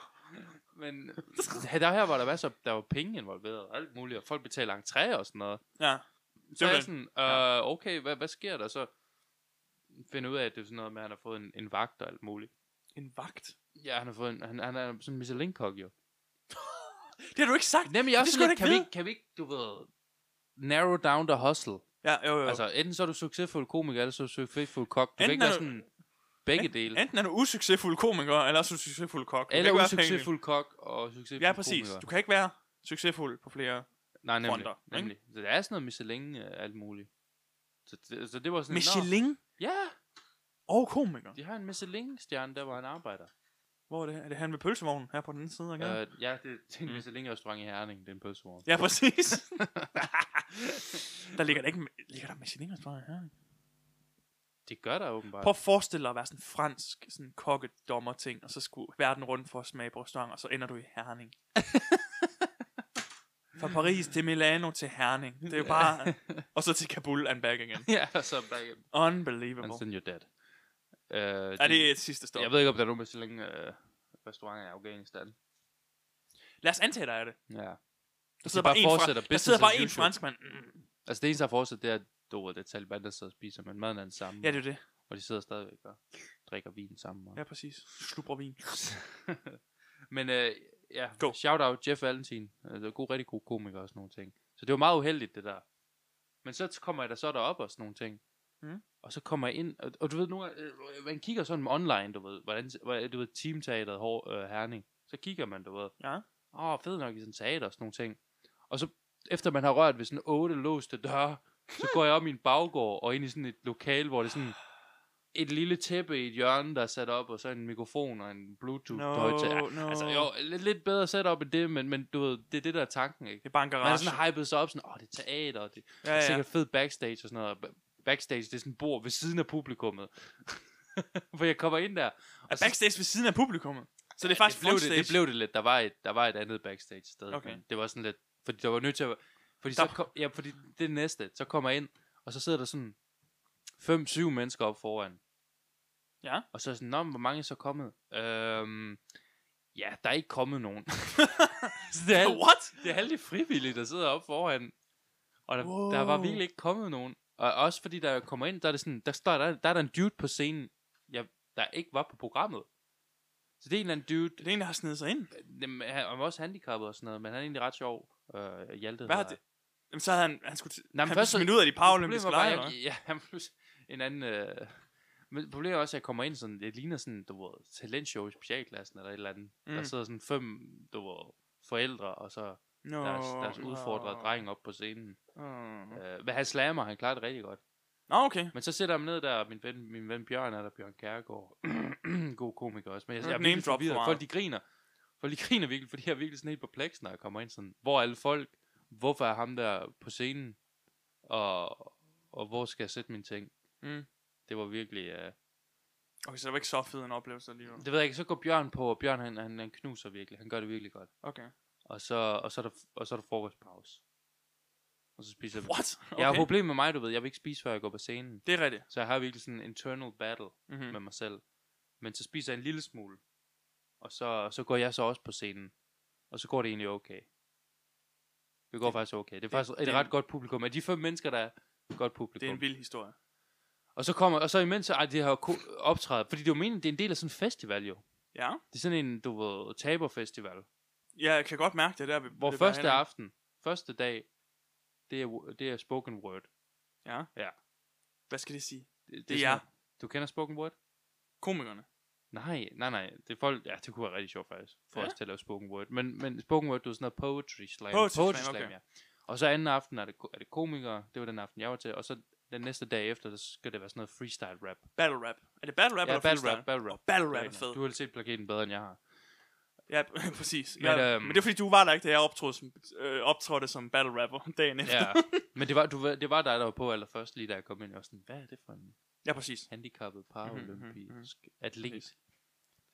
Men ja, der her var der masser, der var penge involveret og alt muligt, og folk betaler entré og sådan noget.
Ja.
Så er jeg
Simpelthen.
sådan, øh, okay, hvad, hvad sker der så? Finder ud af, at det er sådan noget med, at han har fået en, en vagt og alt muligt.
En vagt.
Ja, han har fået en, han, han er sådan en Michelin-kok jo.
Det har du ikke sagt.
Nemlig jeg er også
skulle
sådan
jeg
lidt,
da
kan vi,
ikke
ikke, kan vi ikke, du ved, narrow down the hustle?
Ja, jo, jo.
Altså, enten så er du succesfuld komiker, eller så er du succesfuld kok. Du kan
Øh. Enten
ikke være
er du-
sådan begge dele.
Enten er du usuccesfuld komiker, eller også usuccesfuld kok. Du kan
Eller
ikke være
usuccesfuld kok og
begge
succesfuld
dele. Ja, præcis.
komiker.
Du kan ikke være succesfuld på flere.
Nej, nemlig.
fronter, ikke?
nemlig. Så der er sådan noget Michelin øh, alt muligt. Så det, så det var sådan... Nå,
Michelin
ja,
og komiker.
de har en Michelin-stjerne, der var han arbejder.
Hvor er det? Er det han ved pølsevognen her på den anden side? af gaden?
Ja, øh, ja det, det er en
Mm.
Michelin-restaurant i Herning, det er en pølsevogn.
Ja, præcis. der ligger der ikke... Ligger der Michelin-restaurant her?
Det gør der åbenbart.
Prøv at forestille dig at være sådan en fransk sådan kokkedommer-ting, og så skulle verden rundt for at smage på restaurant, og så ender du i Herning. Fra Paris til Milano til Herning. Det er jo bare... og så til Kabul and back again.
ja, og så back
Unbelievable.
And send your dad. Øh,
Er det et sidste stop?
Altså, Jeg ved ikke, om der er nogen Michelin øh, restauranter i Afghanistan.
Lad os antage, der er det.
Ja.
Der
De
sidder
bare
bare, en,
fortsætter
fra... der
business
sidder bare
as
en
usual.
franskmand. Mm.
Altså det eneste, der er fortsat, det er, at du ved, det er Taliban, der sidder og spiser, men maden er den samme.
Ja, det er det.
Og de sidder stadigvæk og drikker vin sammen. Og...
Ja, præcis. Slubrer vin.
men øh, ja,
Go.
shout out Jeff Valentin. Altså, god, rigtig god komiker og sådan nogle ting. Så det var meget uheldigt, det der. Men så t- kommer jeg da så derop og sådan nogle ting.
Mm.
Og så kommer jeg ind, og, og du ved nu, øh, man kigger sådan online, du ved, hvordan, hvordan du ved, teamteateret hår, øh, Herning. Så kigger man, du ved,
Ja.
åh, oh, fedt nok i sådan teater og sådan nogle ting. Og så, efter man har rørt ved sådan otte låste døre, så går jeg op i en baggård og ind i sådan et lokal, hvor det er sådan et lille tæppe i et hjørne, der er sat op, og så en mikrofon og en bluetooth
No,
højtager.
no.
Altså jo, lidt, lidt bedre setup end det, men, men du ved, det er det, der er tanken, ikke?
Det er bare en
Man er
garage.
sådan hypet sig op, sådan, åh, oh, det er teater, og det ja,
Ja,
ja.
ja.
er sikkert fed backstage og sådan noget. Og ba- Backstage, det er sådan en bord ved siden af publikummet. Hvor jeg kommer ind der. Og
Er Altså, backstage ved siden af publikummet? Så det er
Ja,
faktisk
det, blev det,
frontstage.
det blev det lidt. Der var et, der var et andet backstage sted.
Okay.
Men det var sådan lidt... Fordi der var nødt til at... Fordi,
Der-
så kom, ja, fordi det næste, så kommer jeg ind, og så sidder der sådan 5-7 mennesker op foran.
Ja.
Og så er jeg sådan, Nå, men hvor mange er så kommet? Øhm, ja, der er ikke kommet nogen. så det er, alt-
What?
det er alle de frivillige, der sidder op foran. Og der, wow. der var
Wow.
virkelig ikke kommet nogen. Og også fordi, der kommer ind, der er, det sådan, der, står, der, der er der en dude på scenen, jeg, der ikke var på programmet. Så det er en eller anden dude,
Det er en, der har snedet sig ind.
Jamen, han han var også handicappet og sådan noget, men han er egentlig ret sjov. Øh, Hjalte
Hvad har
hedder
det? Jamen, så havde han, han skulle t-
Nej, men
han
først så-
blev smidt ud af de
han. Problemet
paralympiske
var bare,
lege,
jeg-
eller hvad?
Ja, han blev s- en anden... Øh, men problemet er også, at jeg kommer ind sådan, det ligner sådan, du ved, talentshow i specialklassen eller et eller andet. Mm. Der
Mm.
sidder sådan fem, du ved, forældre, og så
Nå,
deres, deres udfordrede
nå.
dreng op på scenen.
Åh.
Øh, men han slammer, han klarer det rigtig godt.
Nå, okay.
Men så sætter han ned der, min ven, min ven Bjørn er der, Bjørn Kærgaard. God komiker også. Men jeg,
Nu
jeg er
name
virkelig
drop for
forvirret.
meget.
Folk de griner. Folk de griner virkelig, fordi jeg er virkelig sådan helt perpleks, når jeg kommer ind sådan. Hvor er alle folk? Hvorfor er ham der på scenen? Og, og hvor skal jeg sætte mine ting?
Mm.
Det var virkelig... Uh...
Okay, så det var ikke så fed en oplevelse alligevel.
Det ved jeg ikke, så går Bjørn på, og Bjørn han, han, han knuser virkelig. Han gør det virkelig godt.
Okay.
Og så, og så, er, der, og så er der frokostpause. Og så spiser vi.
What?
Okay.
Okay.
Jeg har et problem med mig, du ved. Jeg vil ikke spise, før jeg går på scenen.
Det er rigtigt.
Så jeg har virkelig sådan en internal battle.
Mm-hmm.
med mig selv. Men så spiser jeg en lille smule. Og så, så går jeg så også på scenen. Og så går det egentlig okay. Det går det, faktisk okay. Det er faktisk
det
et
er
ret
en-
godt publikum. Af de fem mennesker, der er et godt
Det er
publikum.
en vild historie.
og så kommer, og så imens, så ej, det har ko- optrædet. Fordi det er jo meningen, det er en del af sådan en festival jo.
Ja.
Det er sådan en, du ved, taberfestival.
Jeg kan godt mærke det der. vi-
Hvor
vi var
første
henne.
aften, første dag, det er, det er spoken word.
Ja.
Ja.
Hvad skal det sige?
Det,
Det er
sådan
jer.
noget- Du kender spoken word?
Komikerne.
Nej, nej, nej. Det er folk, ja, det kunne være rigtig sjovt faktisk, for
Ja.
ja. os til at lave spoken word. Men, men spoken word, det er sådan noget poetry slam.
Poetry slam, okay.
ja. Og så anden aften er det, ko- er det komikere, det var den aften, jeg var til, og så den næste dag efter, der skal det være sådan noget freestyle rap.
Battle rap. Er det battle rap
ja, battle
eller freestyle?
rap, battle rap.
Åh, battle
Det
rap
er
er
rigtigt.
fed.
Du har set plakaten bedre, end jeg har.
Ja, præcis. Men,
Men,
ja,
øhm,
men det er fordi, du var der ikke, da jeg optrådte som, øh, optrådte som battle rapper dagen efter.
Ja, men det var, du, ved- det var dig, der var på allerførst, lige da jeg kom ind. Jeg var sådan, hvad er det for en
Ja, præcis.
handicappet paralympisk atlet?
Mhm, Det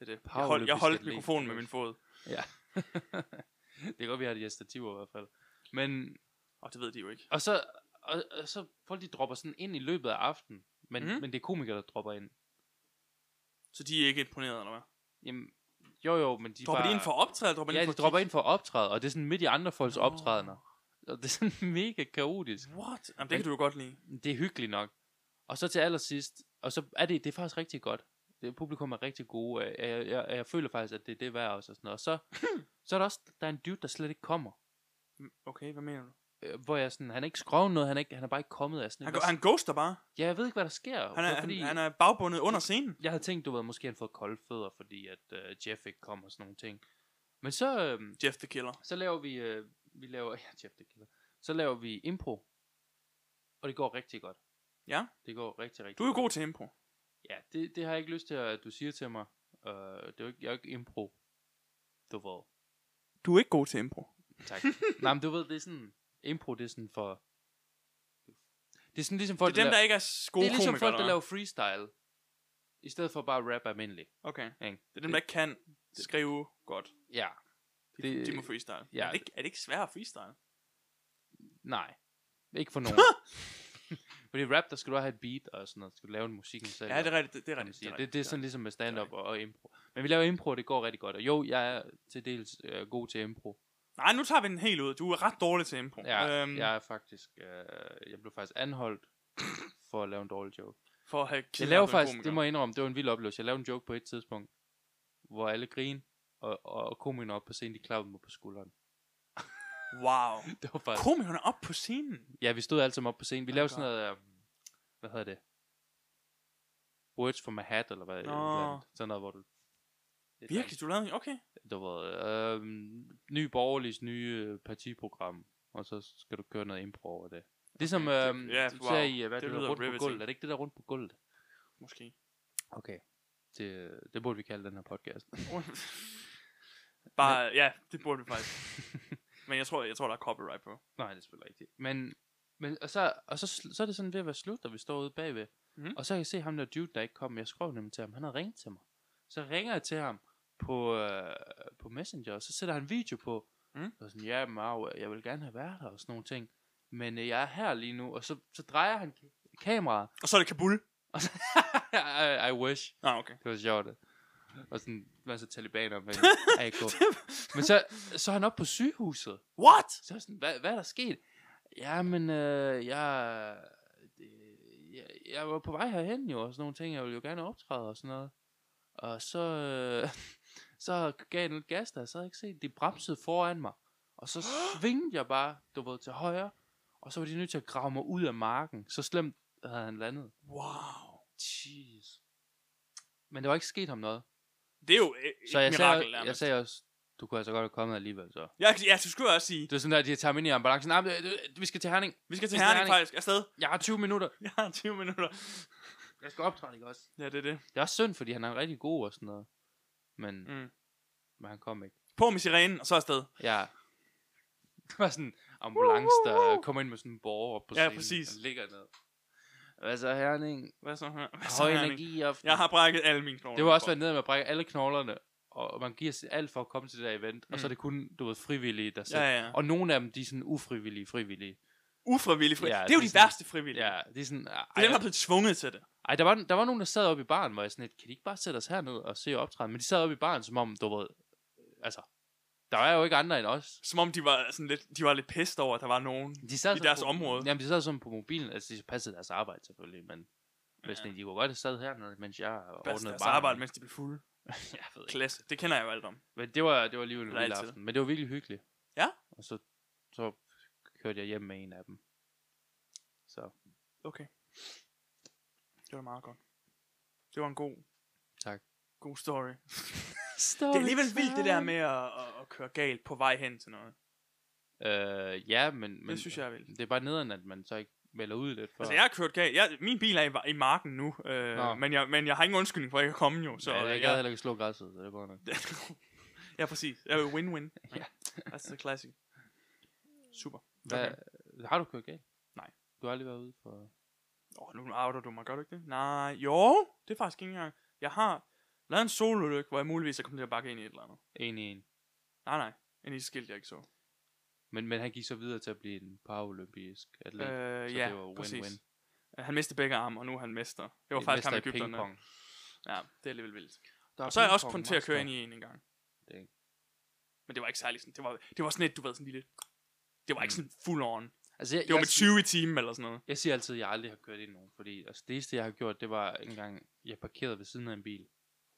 er det. Jeg,
Paolo
hold, jeg holdt
Biscalli.
mikrofonen med min fod.
Ja. det kan godt, vi har de her stativer i hvert fald. Men,
Og det ved de jo ikke.
Og så, og, og så folk de dropper sådan ind i løbet af aftenen, men,
Mhm.
mm. men det er komikere, der dropper ind.
Så de er ikke imponeret, eller hvad?
Jamen, jo jo, men de
Dropper
bare,
de ind for optræde, eller dropper
Ja,
ind
de
for
dropper ind for at optræde, og det er sådan midt i andre folks
Nå.
optrædener. Og det er sådan mega kaotisk.
What? Jamen, det kan du jo godt lide.
Det er hyggeligt nok. Og så til allersidst, og så er det, det er faktisk rigtig godt. Det, publikum er rigtig gode. Jeg, jeg, jeg, jeg føler faktisk, at det, det er værd også. Og, sådan noget. og så, så er der også, der er en dude, der slet ikke kommer.
Okay, hvad mener du?
Øh, Hvor jeg sådan, han er ikke skrevet noget, han er, ikke, han er bare ikke kommet. af sådan,
Han,
hvad-
go- han ghoster bare.
ja, jeg ved ikke, hvad der sker.
Han er,
Det
han, han er bagbundet under scenen.
jeg havde tænkt, du ved, måske han fået kolde fødder, fordi at øh, Jeff ikke kom og sådan nogle ting. Men så, øh,
Jeff the Killer.
så laver vi, øh, vi laver, ja, Jeff det killer. Så laver vi impro. Og det går rigtig godt.
Ja.
Det går rigtig, rigtig
Du er jo
godt.
god til impro.
Ja, det, det har jeg ikke lyst til, at du siger til mig. Uh, det er jo ikke, jeg er jo ikke impro. Du ved.
Du er ikke god til impro.
Tak. Nej, men du ved, det er sådan, impro, det er sådan for... Det er sådan ligesom folk,
Det er dem,
laver,
der ikke er s- gode
det er ligesom
komikere,
folk, der
eller
laver freestyle. I stedet for bare rap almindeligt.
hvad? Okay.
Ikke?
Det er dem, der ikke kan skrive godt.
Ja.
De,
Det-
de må freestyle.
Øh, ja.
Er, det ikke, er det ikke svært at freestyle?
Nej. Ikke for nogen. Fordi rap, der skal du også have et beat og sådan noget. Skal du lave en musikken selv.
Ja, det er rigtigt. Det, det
kan
er
man
rigtigt.
sige.
er
det, det er sådan ligesom med stand-up
rigtigt.
og, og impro. Men vi laver impro, og det går rigtig godt. Og jo, jeg er til dels øh, god til impro.
Nej, nu tager vi den helt ud. Du er ret dårlig til impro.
Ja,
Øhm,
jeg er faktisk... Øh, jeg blev faktisk anholdt for at lave en dårlig joke.
For at have
Jeg laver faktisk, det må jeg indrømme, det var en vild oplevelse. Jeg lavede en joke på et tidspunkt, hvor alle grinede, og, og, og komikerne op på scenen, de klappede mig på skulderen.
Wow.
Det var faktisk...
Komikerne op på scenen.
Ja, vi stod alle sammen op på scenen. Vi
Ja,
lavede
godt.
sådan noget, øh, hvad hedder det? Words from a hat, eller hvad? et
Nå.
eller andet. Sådan noget, hvor du...
Virkelig, du lavede en- Okay.
Du ved, øh, ny borgerligs nye øh, partiprogram, og så skal du køre noget impro over det. Ligesom,
Okay, det-
øh,
ja,
du
wow.
sagde i, øh, hvad det,
Det
det
lyder
der rundt
riveting.
på gulvet. Er det ikke det der rundt på gulvet?
Måske.
Okay. Det, øh, det burde vi kalde den her podcast.
Bare, ja, det burde vi faktisk. Men jeg tror, jeg tror der er copyright på.
Nej, det er selvfølgelig rigtigt. Men, men og, så, og så, sl- så er det sådan ved at være slut, og vi står ude bagved.
Mhm.
Mm. Og så kan jeg se ham der dude, der ikke kom. Jeg skrev nemlig til ham. Han havde ringet til mig. Så ringer jeg til ham på, øh, på Messenger, og så sætter han video på.
Mhm.
Og sådan, ja, Mau, jeg vil gerne have været her og sådan nogle ting. Men øh, jeg er her lige nu, og så, så drejer han ka- kameraet.
Og så er det Kabul.
Og så, I, I wish.
Nå, ah, okay.
Det var sjovt. Og sådan, man så talibaner med AK. Men så, så er han oppe på sygehuset.
What?
Så er jeg sådan, hvad, hvad er der sket? Jamen, øh, jeg, det, jeg, jeg var på vej herhen jo, og sådan nogle ting. Jeg ville jo gerne optræde og sådan noget. Og så, øh, så gav jeg den lidt gas, der så havde jeg ikke set. De bremsede foran mig. Og så svingede jeg bare, du ved, til højre. Og så var de nødt til at grave mig ud af marken. Så slemt havde han landet.
Wow.
Jeez. Men der var ikke sket ham noget.
Det er jo et,
Så
et
jeg
mirakel,
sagde,
nærmest.
jeg sagde også, Du kunne altså godt have kommet alligevel, så.
Ja, ja, det skulle jeg også sige.
Det er sådan der, at de tager mig ind i ambulancen. Nej, men, øh, øh, vi skal til Herning.
Vi skal til
Vi skal
Herning
Herning.
faktisk. Afsted.
Jeg har 20 minutter.
Jeg har 20 minutter.
Jeg skal optræde, ikke også?
Ja, det er det.
Det er også synd, fordi han er rigtig god og sådan noget. Men,
Mm.
men han kom ikke.
På med sirenen, og så afsted.
Ja. Det var sådan en ambulance, der kommer ind med sådan en borger op på
Ja,
scenen.
præcis.
Han ligger ned. Hvad så Herning?
Hvad så her? Hvad så
Høj
Herning?
energi i aften.
Jeg har brækket alle mine knogler.
Det var også været nede med at brække alle knoglerne, og man giver sit alt for at komme til det der event, mm. og så er det kun, du ved, frivillige, der
Ja,
sætter.
ja.
Og nogle af dem, de er sådan ufrivillige frivillige.
Ufrivillig fri.
Ja,
det er jo
det
de
er sådan-
værste frivillige.
Ja, det er sådan... Ej,
Det er dem, der er blevet tvunget til det.
ej der, var, der var nogen, der sad oppe i baren, hvor jeg sådan lidt, kan de ikke bare sætte os herned og se optræden? Men de sad oppe i baren, som om, du ved, altså, der er jo ikke andre end os.
Som om de var sådan lidt, de var lidt pissed over, at der var nogen.
De sad
I
sådan
deres
på,
område.
Jamen, de sad sådan på mobilen, altså de passede deres arbejde selvfølgelig, men hvis ja. de kunne godt have sad hernede, mens jeg
Pas
ordnede
deres
baren.
arbejde, mens de blev fulde.
jeg ved ikke.
Klasse. Det kender jeg jo alt om.
Men det var, det var alligevel en
Det er
vild
altid.
aften. Men det var virkelig hyggeligt.
Ja.
Og så, så kørte jeg hjem med en af dem. Så,
Okay. Det var meget godt. Det var en god,
tak.
god story.
Story
Det er alligevel vildt det der med at, at, at køre galt på vej hen til noget.
Øh, ja, men, men...
Det synes jeg er vildt.
Det er bare nederen, at man så ikke melder ud lidt for...
Altså, jeg har kørt galt. Jeg, min bil er i, i marken nu,
Nå.
øh, men, jeg, men jeg har ingen undskyldning for, at jeg kan komme jo. Så
Så ja, jeg
jeg,
gad heller ikke slå græsset, så det går nok.
ja, præcis. Jeg er jo win-win.
Ja.
That's the classic. Super.
Hvad, Har du kørt galt?
Nej.
Du har aldrig været ude for...
Åh, oh, nu outer du mig, gør du ikke det? Nej, jo, det er faktisk ikke engang. Jeg har lavet en solulykke, hvor jeg muligvis er kommet til at bakke ind i et eller andet.
En i en.
Nej, nej, en i et skilt, jeg ikke så.
Men, men han gik så videre til at blive en paralympisk atlet.
Øh,
så
ja,
det var
præcis.
win-win.
Øh, Han mistede begge arme, og nu er han mester. Det var
En
faktisk ham i
mester i
Ægypterne.
pingpong.
Ja, det er alligevel vildt.
Der
Og så er jeg også kommet til at køre ind i en en gang.
Det er ikke-
Men det var ikke særlig sådan, det var, det var sådan et, du ved, sådan en lille... Det var ikke sådan full on.
Altså, Mm. jeg,
Det var
jeg
med
siger-
20 i timen eller sådan noget.
Jeg siger altid, at jeg aldrig har kørt ind i nogen, fordi altså, det eneste, jeg har gjort, det var en gang, jeg parkerede ved siden af en bil,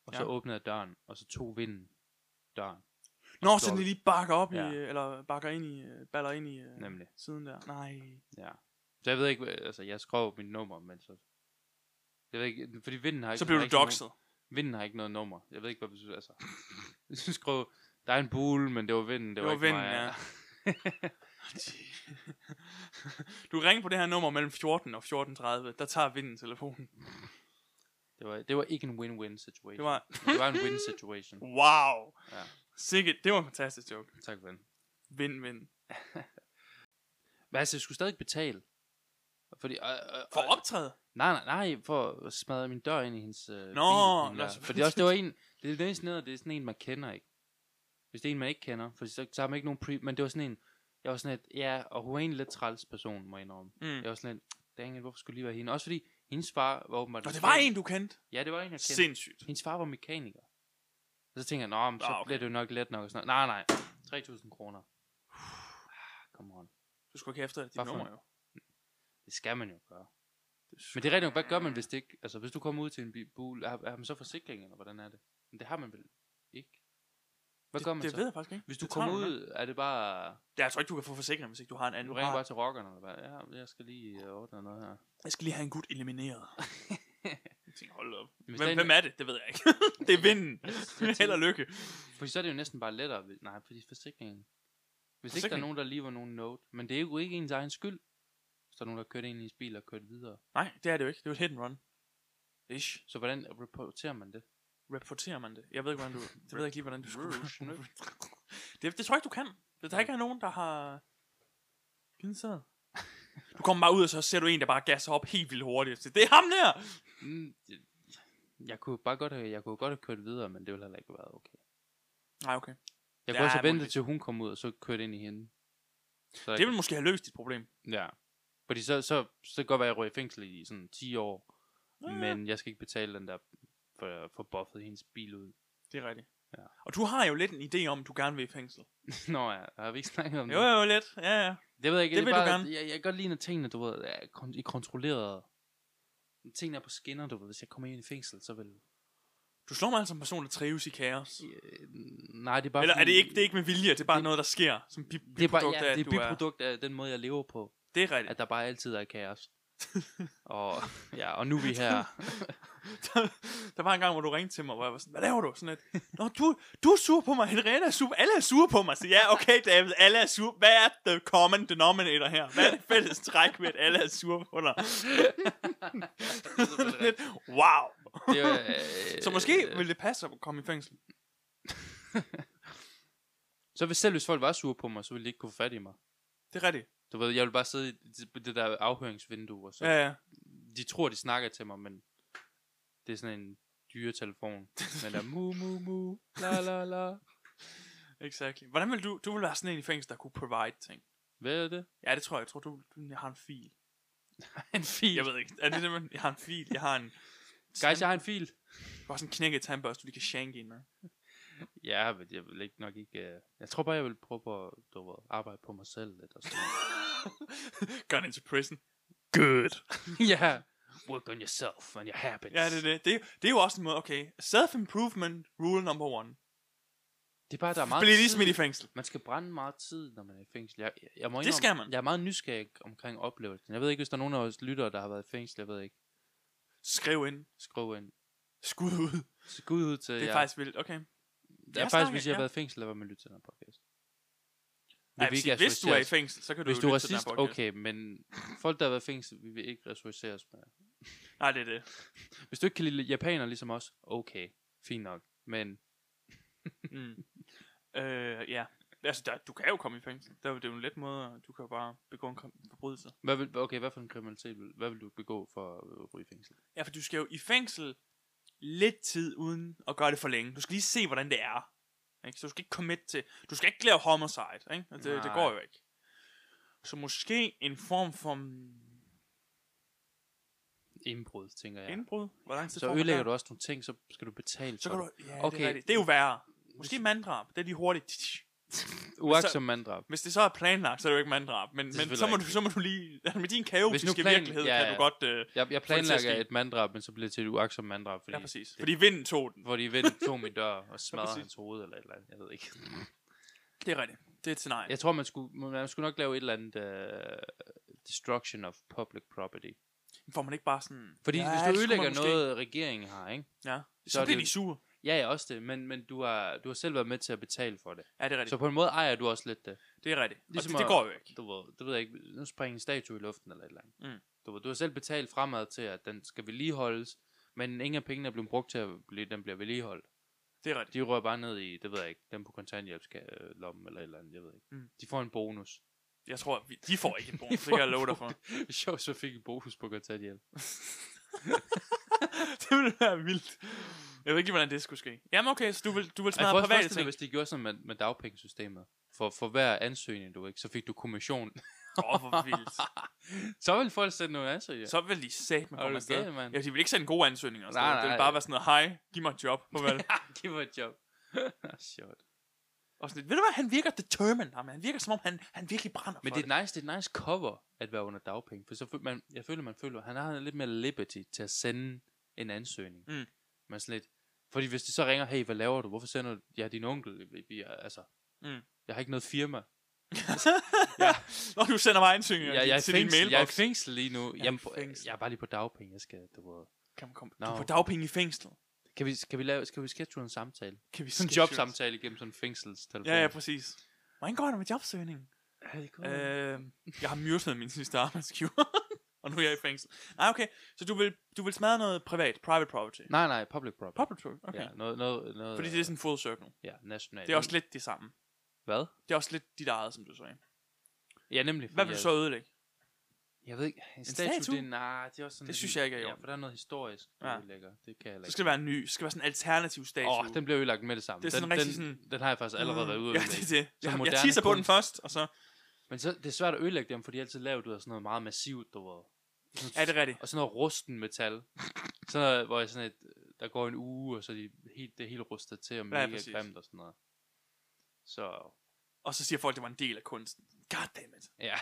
og ja. så
Ja.
åbnede jeg døren, og så tog vinden døren,
Nå, så
stop.
den lige bakker op
Ja.
i, øh, eller bakker ind i, øh, baller ind i øh,
nemlig.
siden der. Nej.
Ja. Så jeg ved ikke, øh, altså, jeg skrev mit nummer, men så... Jeg ved ikke, fordi vinden har ikke...
Så blev
har
du
ikke noget-
doxet.
vinden har ikke noget nummer. Jeg ved ikke, hvad det betyder, altså. Jeg synes, skrev, der er en bule, men det var vinden, det,
Det
var,
var
ikke
vinden,
mig.
ja. du ringer på det her nummer mellem 14 og 14.30, der tager vinden telefonen.
det, var, det var ikke en win-win situation.
Det var,
Men det var en win situation.
wow.
Ja.
Sikkert, det var en fantastisk joke.
Tak for den.
Vind-vind.
Men altså, jeg skulle stadig betale. Fordi, øh, øh,
For
øh,
optræde?
Nej, nej, nej, for at smadre min dør ind i hendes øh, bil.
nå,
hende der.
så-
Fordi også, det var en, det er næsten noget, det er sådan en, man kender, ikke? Hvis det er en, man ikke kender, for så, så har man ikke nogen pre... Men det var sådan en, jeg var sådan et, ja, og hun er en lidt træls person, må jeg indrømme.
Mm.
Jeg var sådan lidt, dang, hvorfor skulle det lige være hende? Også fordi, hendes far var åbenbart...
Nå, det var en, du kendte.
Ja, det var en, jeg kendte.
Sindssygt.
Hendes far var mekaniker. Og så tænker jeg, nå, men så
Ah, okay.
bliver det jo nok let nok og sådan noget. Nej, nej, 3.000 kroner. Ah, Come on.
Du skulle ikke efter dit
Hvorfor?
nummer, jo.
Det skal man jo gøre. Men det er rigtigt nok, hvad gør man, hvis det ikke... Altså, hvis du kommer ud til en bi- bul, har, har man så forsikring, eller hvordan er det? Men det har man vel ikke? Hvad
det,
gør man
det
så?
ved jeg faktisk ikke.
Hvis du
Det tror
kommer
jeg,
ud, er det bare...
Ja, jeg tror ikke, du kan få forsikring, hvis ikke du har en
Du
anden. Du
ringer bare
har...
til rockeren, eller hvad? Ja, jeg skal lige øh, ordne noget her.
Jeg skal lige have en gut elimineret. jeg tænker, hold da op.
Hvis
Men
der er
hvem
en-
er det? Det ved jeg ikke. det er vinden.
jeg
Held og lykke.
Fordi så er det jo næsten bare lettere... hvis- Nej, fordi forsikringen... Hvis ikke der er
Forsikring?
nogen, der lige var nogen note. Men det er jo ikke ens egen skyld. Hvis der er nogen, der kørte ind i ens bil og kørte videre.
Nej, det er det jo ikke. Det er jo et hit and run. Ish.
Så hvordan rapporterer man det?
Rapporterer man det? Jeg ved ikke, hvordan du... Det ved jeg ikke lige, hvordan du skulle...
Rouge, nø.
det, det tror jeg ikke, du kan. Det der ikke er nogen, der har... Givet sig. Du kommer bare ud, og så ser du en, der bare gasser op helt vildt hurtigt. Så Det er ham der!
Mm, det- Jeg kunne bare godt have, jeg kunne godt have kørt videre, men det ville heller ikke have været okay.
Nej, okay.
Jeg
Der
kunne også have
er
ventet
muligvis-
til hun kom ud, og så kørte ind i hende. Så
Det vil måske have løst dit problem.
Ja. Fordi så, så, så kan det godt være, at jeg røg i fængsel i sådan 10 år,
Ja.
men jeg skal ikke betale den der, for, for buffet hendes bil ud.
Det er rigtigt.
Ja.
Og du har jo lidt en idé om, du gerne vil i fængsel.
Nå ja, har vi ikke snakket om
Jo,
det?
jo, lidt. Ja, ja.
Det ved jeg ikke.
Det
er
vil du
bare,
gerne.
Jeg, jeg kan godt lide, når tingene, du ved, er kon- i kontrolleret. Tingene er på skinner, du ved. Hvis jeg kommer ind i fængsel, så vil...
Du slår mig altså som en person, der trives i kaos.
Øh, nej, det er bare...
Eller er det
fordi-
ikke, det er ikke med vilje, det er bare
Det-
noget, der sker som bi-
Det er
biprodukt
bare, ja,
af,
det
at
er
du er.
biprodukt af den måde, jeg lever på.
Det er rigtigt.
At der bare altid er kaos. og, ja, og nu er vi her.
der, der var en gang, hvor du ringede til mig, hvor jeg var sådan, hvad laver du? Sådan at, Nå, du, du er sur på mig, Henriette er sur, alle er sure på mig. Så ja, okay David, alle er sure. Hvad er the common denominator her? Hvad er det fælles træk ved, at alle er sure på dig? Lidt, wow.
Det er, jo, øh,
Så måske ville det passe at komme i fængsel.
Så hvis selv hvis folk var sure på mig, så ville de ikke kunne få fat i mig.
Det er rigtigt.
Du ved, jeg ville bare sidde i det- det der afhøringsvindue, og så...
Ja, ja.
De tror, de snakker til mig, men det er sådan en dyretelefon. Men der er mu, mu, mu, la, la, la.
Exactly. Hvordan vil du, du vil være sådan en i fængsel, der kunne provide ting?
Hvad er det?
Ja, det tror jeg. Jeg tror, du, du jeg har en fil.
En fil.
Jeg ved ikke. Er det simpelthen, jeg har en fil. Jeg har en...
Guys, jeg har en fil.
Bare sådan en knækket tandbørste, du lige kan shanke en med.
Ja, men jeg vil ikke nok ikke... Uh... Jeg tror bare, jeg vil prøve på at du ved, arbejde på mig selv lidt og sådan noget.
Gun into prison. Good.
Ja. Work on yourself and your habits.
Ja, det er det. Det, er- det er jo også en måde, okay. Self-improvement rule number one.
det er bare, der er meget
Bliv lige smidt i
tid.
fængsel.
Man skal brænde meget tid, når man er i fængsel. Jeg, jeg, jeg må
Det
indrømme,
skal man.
Jeg er meget nysgerrig omkring oplevelsen. Jeg ved ikke, hvis der er nogen af os lyttere, der har været i fængsel. Jeg ved ikke.
Skriv ind.
Skriv ind.
Skud ud.
Skud ud til
Det er
jer.
faktisk vildt. Okay.
Der
Jeg
er
snakker-
faktisk, hvis jeg
ja.
har været i fængsel, lad være med at lytte til den her podcast.
Ej,
vi
hvis,
ikke
hvis du er i
associeres-
fængsel, så kan du
Hvis du
jo
er
lytte til den her
racist,
podcast.
okay, men folk, der har været i fængsel, vi vil ikke resociseres med.
Nej, det er det.
Hvis du ikke kan lide japanere ligesom os, okay, fint nok. Men
Mm. øh, ja. Altså, der, du kan jo komme i fængsel. Der, er jo- det er jo en let måde, at du kan jo bare begå en kom- forbrydelse.
hvad vil, okay, hvad for en kriminalitet vil, hvad vil du begå for at ryge i fængsel?
Ja, for du skal jo i fængsel lidt tid uden at gøre det for længe. Du skal lige se, hvordan det er. Ikke? Så du skal ikke commit til... Du skal ikke lave homicide, ikke? Og Det, det
Nej.
går jo ikke. Så måske en form for mm,
Indbrud, tænker jeg.
indbrud? Hvor lang tid
så ødelægger du også nogle ting, så skal du betale
Så
for
kan
det.
du... Ja, okay. det,
Okay.
er rigtigt. det er jo værre. Måske manddrab. Det er lige hurtigt.
Uagtsom manddrab.
Hvis det så er planlagt, så er det jo ikke manddrab. Men,
er
men så, må
selvfølgelig
du, så må du lige... altså, Med din
Hvis nu
kaotiske
planen-
virkelighed
ja,
ja, kan
ja.
du godt... Øh,
Jeg, jeg
til at
planlægger
ske.
et manddrab, men så bliver det til et uagtsom manddrab, fordi,
ja, præcis. Fordi vinden tog den.
hvor de vendt tog min dør og smadrede
præcis.
hans hoved eller et eller andet. Jeg ved ikke.
Det er rigtigt. Det er et scenarie.
Jeg tror, man skulle, man skulle nok lave et eller andet uh, destruction of public property.
Får man ikke bare sådan...
Fordi
ja,
ja, hvis
det
du
skulle
ødelægger
man måske.
noget, regeringen har, ikke?
Ja, så,
er
så bliver
det-
de sure.
Ja, ja, også det, men, men du, har, du har selv været med til at betale for det.
Ja, det er rigtigt.
Så
Så,
på en måde ejer du også lidt det.
det er rigtigt.
Ligesom
og det,
at-
det går jo ikke.
Du ved, det ved jeg ikke, nu springer en statue i luften eller et eller andet.
Mm.
Du, ved, du har selv betalt fremad til, at den skal vedligeholdes, men ingen af pengene er blevet brugt til, at blive, den bliver vedligeholdt.
Det er rigtigt.
De rører bare ned i, det ved jeg ikke, dem på kontanthjælpslommen eller et eller andet, jeg ved ikke.
Mm.
De får en bonus.
Jeg tror, vi, de får ikke en bonus. det
får
kan jeg
en
love dig for.
Sjovt, så fik en bonus på kontanthjælp.
det ville være vildt. Jeg ved ikke, lige, hvordan det skulle ske. Jamen okay, så du vil, du vil
Jeg
smadre
får
private
også
ting.
hvis de gjorde sådan med, med dagpengesystemet. For, for hver ansøgning, du ikke, så fik du kommission.
Åh, oh, hvor vildt.
så vil folk sætte nogle ansøgninger.
Så vil de sæt med
Er du
komme afsted.
gal, mand?
Ja, de vil ikke sende gode ansøgninger.
Nej,
Nej, nej, det vil
nej.
bare være sådan noget, hej, giv mig et job. Farvel.
Giv mig et job. Ah, Sjovt.
Og sådan lidt, ved du hvad, han virker determined, ham. Han virker som om, han, han virkelig brænder
Men
for
det
det.
er, et nice, det er et nice cover at være under dagpenge, for så føler man, jeg føler, man føler, han har lidt mere liberty til at sende en ansøgning.
Mm.
Men sådan lidt, fordi hvis de så ringer, hey, hvad laver du? Hvorfor sender du? Jeg er din onkel. Vi, vi, er- altså,
Mm.
Jeg har ikke noget firma.
ja. Når du sender mig ansøgninger
Jeg, jeg, er i
til din
fængsel, jeg er i
mailbox.
fængsel lige nu. Jeg,
i
Jamen,
fængsel.
jeg er bare lige på dagpenge. Jeg skal, du ved.
Kan man komme? Du
Nå.
er på dagpenge i fængslet.
Kan vi, skal vi, lave, skal vi schedule en samtale?
Kan vi
Sådan en
sketche os?
jobsamtale gennem sådan en fængselstelefon.
Ja, ja, præcis. Hvordan går det med jobsøgningen?
ja det kunne være.
Øh, jeg har myrdet min sidste arbejdsgiver, og nu er jeg i fængsel. Nej, okay. Så du vil, du vil smadre noget privat, private property?
Nej, nej, public property.
Public property, okay.
Ja, noget, noget, noget,
Fordi det er sådan full circle.
ja, nationalt.
Det er også lidt det samme.
Hvad?
Det er også lidt dit eget, som du sagde.
Ja, nemlig.
Hvad
fordi
vil du
jeg-
så ødelægge?
Jeg ved ikke, en, en statue,
statue?
det, er- nej, det er også sådan...
Det
lidt-
synes jeg ikke er i
Ja,
orden.
for der er noget historisk, der
Ja.
ja. lægger. Det kan jeg heller
Så
ikke.
skal det være en ny, så skal det være sådan en alternativ statue.
Åh, oh, den bliver ødelagt med det samme.
Det er sådan
den,
rigtig
den,
sådan- Mm.
den har jeg faktisk allerede været ude at
Ja,
ødelægge.
det er det. Jeg, jeg
moderne
tisser på den
kunst.
først, og så...
Men så, det er svært at ødelægge dem, for de er altid lavet ud af sådan noget meget massivt, du ved. Sådan,
Ja, det er rigtigt.
Og sådan noget rusten metal. sådan noget, hvor jeg sådan et, der går en uge, og så er de helt, det er helt rustet til, og mega
præcis.
grimt og sådan noget. Så,
Og så siger folk, at det var en del af kunsten. God damn it.
ja.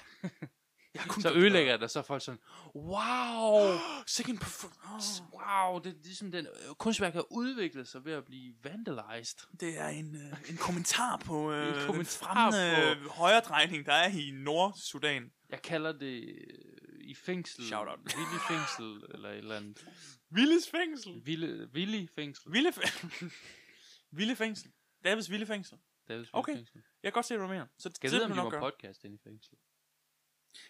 Jeg kunne
så ødelægger jeg det, og så er folk sådan, wow,
Sikke en perfor- Åh,
wow, det er ligesom den øh, kunstværk har udviklet sig ved at blive vandalized.
Det er en, øh, en kommentar på øh, en kommentar
kommentar
fremmende
på-
på... højredrejning, der er i Nordsudan.
Jeg kalder det øh, i i fængsel.
Shout out.
Vilde fængsel, eller et eller andet.
Vildes fængsel.
Vilde, vilde fængsel.
Vilde fængsel. Vilde fængsel. Davids vilde fængsel.
Davids vilde
Okay.
fængsel.
Jeg kan godt se, hvad du mener. Så det
Skal jeg
det
vide,
vil
om
du
de
nok
må
gøre.
podcast inde i fængsel?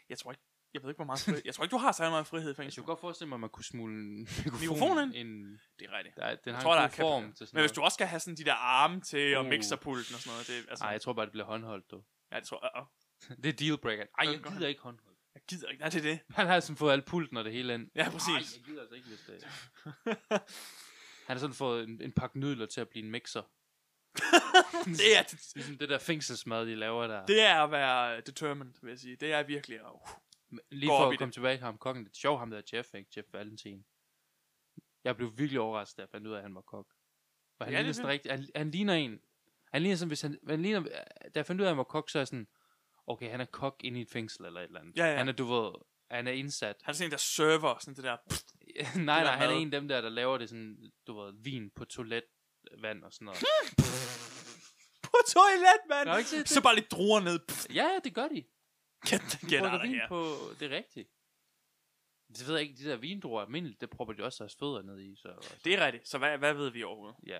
Jeg tror ikke, jeg ved ikke, hvor meget frihed. Jeg tror ikke, du har særlig meget frihed i
Altså,
fængsel.
jeg kunne godt forestille mig, at man kunne smule en mikrofon,
Mikrofonen?
ind.
Det er rigtigt.
Der, er- den
Jeg
har
tror,
en
der
god
er
form
kapacitet.
til sådan
Men hvis du også skal have sådan de der arme til og
Uh.
mixerpulten og sådan noget, det, er- altså,
Nej, jeg tror bare, det bliver håndholdt, du.
ja, det tror jeg, åh,
Det er dealbreaker. Ej,
kan
jeg
godt
gider ikke håndholdt.
jeg gider ikke, nej, det er det.
Han har sådan fået alt pulten og det hele ind.
Ja, præcis.
Ej, jeg gider altså ikke, hvis det Han har sådan fået en, en pakke nudler til at blive en mixer.
det, er,
Ligesom det der fængselsmad, de laver der.
det er at være determined, vil jeg sige. Det er virkelig at, uh,
Lige
går
for
op i
at komme tilbage til ham, kokken. Det er sjovt, ham der Jeff, ikke? Jeff Valentin. Jeg blev virkelig overrasket, da jeg fandt ud af, at han var kok. For han,
Ja, det
ja,
er
ligner sådan rigtig, han, han ligner en. Han ligner sådan, hvis han, han ligner, da jeg fandt ud af, at han var kok, så er jeg sådan, okay, han er kok inde i et fængsel eller et eller andet.
Ja, ja.
Han er, du ved, han er indsat.
han er sådan en, der server, sådan det der, pff,
nej, nej, han er
mad.
en af dem der, der laver det sådan, du ved, vin på toiletvand og sådan noget.
på toilet, mand!
Nå, ikke det, det-
Så bare lidt druer ned, pff,
ja, ja, det gør de.
get,
De
get out
bruger
of
vin
here.
på, det er rigtigt. Det ved jeg ikke, de der vindruer almindeligt, det propper de også deres fødder ned i, så...
Det er rigtigt, så hvad, hvad ved vi overhovedet?
Ja.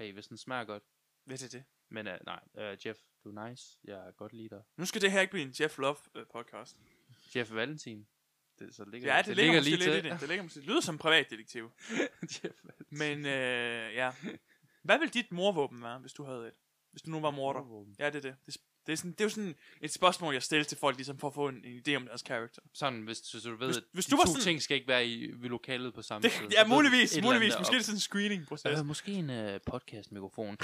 Hey, hvis den smager godt.
Ved det det?
Men uh, nej, uh, Jeff, du er nice. Jeg kan godt lide dig.
Nu skal det her ikke blive en Jeff Love øh, podcast.
Jeff Valentin. Det, så ligger,
Ja, det, det ligger, ligger lige til. Lidt i det. det ligger måske, det lyder som privatdetektiv.
Jeff Valentin.
Men øh, ja. Hvad ville dit morvåben være, hvis du havde et? Hvis du nu var morder?
Morvåben?
Ja, det er det. Det, det, er sådan, det er jo sådan et spørgsmål, jeg stiller til folk, ligesom for at få en, en idé om deres karakter.
Sådan, hvis, hvis du ved,
Hvis-
at
hvis
de
du var
to
sådan-
ting skal ikke være i, ved lokalet på samme
Det,
tid. så
ja,
ved du et
muligvis,
eller
muligvis.
andet
Måske er
op.
det sådan en screening-proces.
Øh, måske en uh, podcast-mikrofon.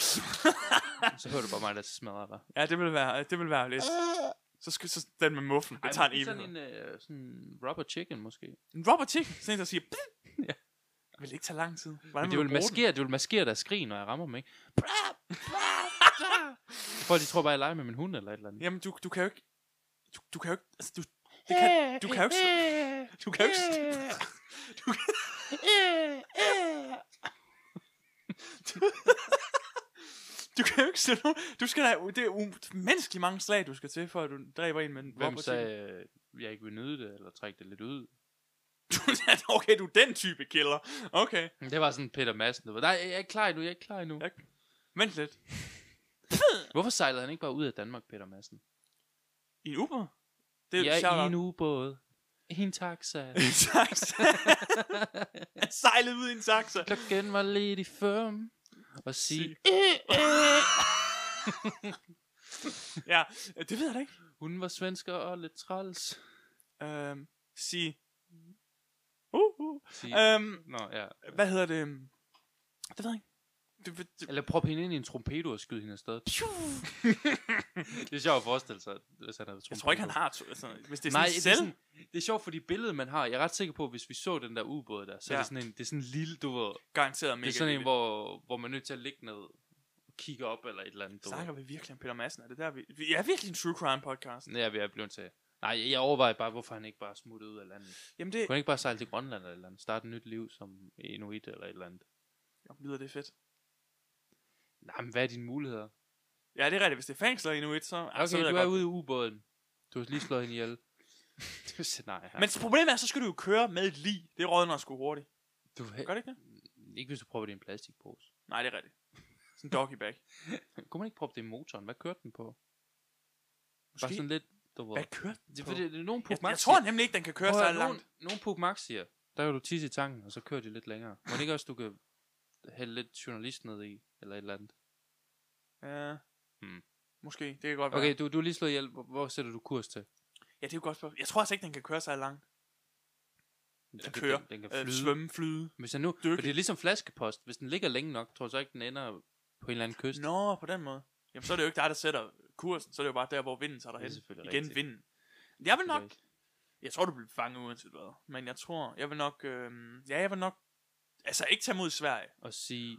så hører du bare mig, der smadrer dig.
Ja, det vil være, det vil være lidt. Så, skal, så den med muffen. Det tager en
måske
evighed.
sådan en uh, sådan rubber chicken, måske.
En Robert Tick, sådan en, der siger...
Ja.
ja. Det vil ikke tage lang tid. Hvordan
Men det vil,
vil du bruge den?
maskere, det vil maskere deres skrig, når jeg rammer dem, ikke? Folk, de tror bare, jeg leger med min hund eller et eller andet.
Jamen, du, du kan jo ikke... Du, du kan jo ikke... Altså, du, det kan, du kan jo ikke... slå- Du kan jo ikke... Du kan, du kan jo ikke slå nogen... Du skal da... Det er umenneskeligt mange slag, du skal til, for at du dræber en med en
Hvem
Robert Tick.
sagde, øh, jeg ikke vil nyde det, eller trække det lidt ud?
Du- okay, du er den type killer. Okay.
Det var sådan Peter Madsen, der var, nej, jeg er ikke klar endnu, jeg er ikke klar endnu.
Jeg- Vent lidt.
Hvorfor sejlede han ikke bare ud af Danmark, Peter Madsen?
I en Uber? Det
Det
er
jeg er i en
Uber.
ubåd, i en taxa.
En taxa. Han sejlede ud i en taxa.
Klokken var lidt i fem, og sige,
Ja, det ved jeg da ikke.
hun var svensker og lidt træls.
Øhm, sige. Uh, uh.
Sige,
Øhm,
Nå, ja.
hvad hedder det? Det ved jeg ikke. Det, det, det.
Eller prop hende ind i en trompeto og skyde hende afsted. Det er sjovt at forestille sig, hvis han havde trompeto.
Jeg tror ikke, han har... To, altså, hvis det er
Nej,
sådan
det er,
selv...
sådan, det er sjovt, fordi billedet, man har, jeg er ret sikker på, hvis vi så den der ubåd der, så ja. er
Ja.
det sådan en, det er sådan en lille, du ved,
garanteret mega
det er sådan en,
lille.
hvor, hvor man er nødt til at ligge ned og kigge op eller et eller andet. du ved.
Snakker vi virkelig om Peter Madsen? Er det der, vi... Vi er virkelig en true crime podcast.
Ja, vi er blevet til. Nej, jeg overvejer bare, hvorfor han ikke bare smuttede ud af landet.
Jamen, det...
Kunne han ikke bare sejle til Grønland eller et eller andet? Starte et nyt liv som inuit eller et eller andet?
Jamen, lyder det fedt.
Nej, men hvad er dine muligheder?
Ja, det er rigtigt. Hvis det er fængsler endnu et, så... ah, så
Okay,
ved jeg
du
godt.
er ude i ubåden. Du har lige slået hende ihjel. Du siger, nej,
Ja.
her.
Men problemet er, så skal du jo køre med et lig. Det rådner sgu hurtigt.
du,
Gør det ikke det?
ikke hvis du propper det i en plastikpose.
Nej, det er rigtigt. Sådan en doggy bag.
Kunne man ikke proppe det i motoren? Hvad kørte den på? Bare
Måske.
sådan lidt, du ved.
Hvad kørte den
Det er
på?
fordi, det er nogen
Jeg,
Puk Max
jeg tror nemlig ikke, den kan køre
Prøv at
så
høre,
langt.
Nogen, nogen Puk Max siger, der kan du tisse i tanken, og så kører de lidt længere. Må det ikke også, du kan hælde lidt journalist ned i, eller et eller andet?
Ja.
Hmm.
Måske. Det kan godt være.
Okay, du, du er lige slået ihjel. Hvor, hvor sætter du kurs til?
Ja, det er jo godt spørgsmål. Jeg tror altså ikke, den kan køre så langt.
Den,
kan køre.
Den, den kan
Øh,
flyde. Øh,
svømme, flyde.
Hvis den nu,
dykke.
for det er ligesom flaskepost. Hvis den ligger længe nok, tror jeg så ikke, den ender på en eller anden kyst.
Nå, på den måde. Jamen, så er det jo ikke dig, der sætter kursen. Så er det jo bare der, hvor vinden tager
Det
dig
er
hen. Igen
selvfølgelig rigtigt.
vinden. Jeg vil
Det er
nok... Jeg tror, du bliver fanget uanset hvad. Men jeg tror... Jeg vil nok... Øh, ja, jeg vil nok... Altså, ikke tage mod Sverige.
Og sige...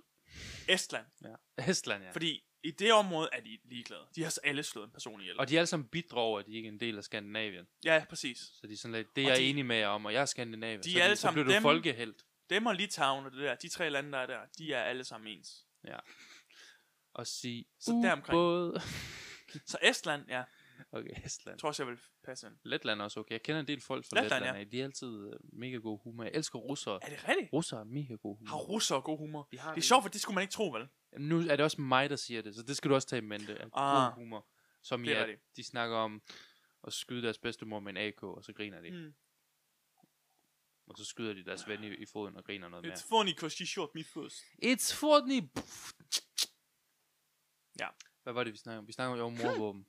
Estland.
Ja. Estland, ja. Fordi...
Fordi i det område er de ligeglade. De har så alle slået en person ihjel.
Og de er alle sammen bidrager, over, at de ikke er en del af Skandinavien.
Ja, præcis.
Så de er sådan lidt, det er
Og
jeg
de-
enig med jer om, og jeg er Skandinavien.
De
så,
er alle
så
sammen
bliver du
dem-
folkehelt.
Dem og Litauen og det der, de tre lande, der er der, de er alle sammen ens.
Ja. Og sige,
Så deromkring.
ubåd.
Så Estland, ja.
Okay,
Jeg
Estland.
tror også, jeg vil passe ind.
Letland er også okay. Jeg kender en del folk fra
Letland,
Letland, Letland ja. De er altid øh, mega god humor. Jeg elsker russere.
Er det rigtigt?
Russere er mega god humor.
Har russere god humor?
De har
Det er sjovt, for det skulle man ikke tro, vel?
Nu er det også mig, der siger det, så det skal du også tage i mente. At
Ah,
ah, god humor, som
det er
ja,
rigtigt.
de snakker om at skyde deres bedstemor med en AK, og så griner de. Mm.
Mm.
Og så skyder de deres ven i, i foden og griner noget
It's funny, because she shot me first.
mere. It's Fortnite! Pff.
Ja.
Hvad var det, vi snakkede om? Vi snakkede jo om morvåben.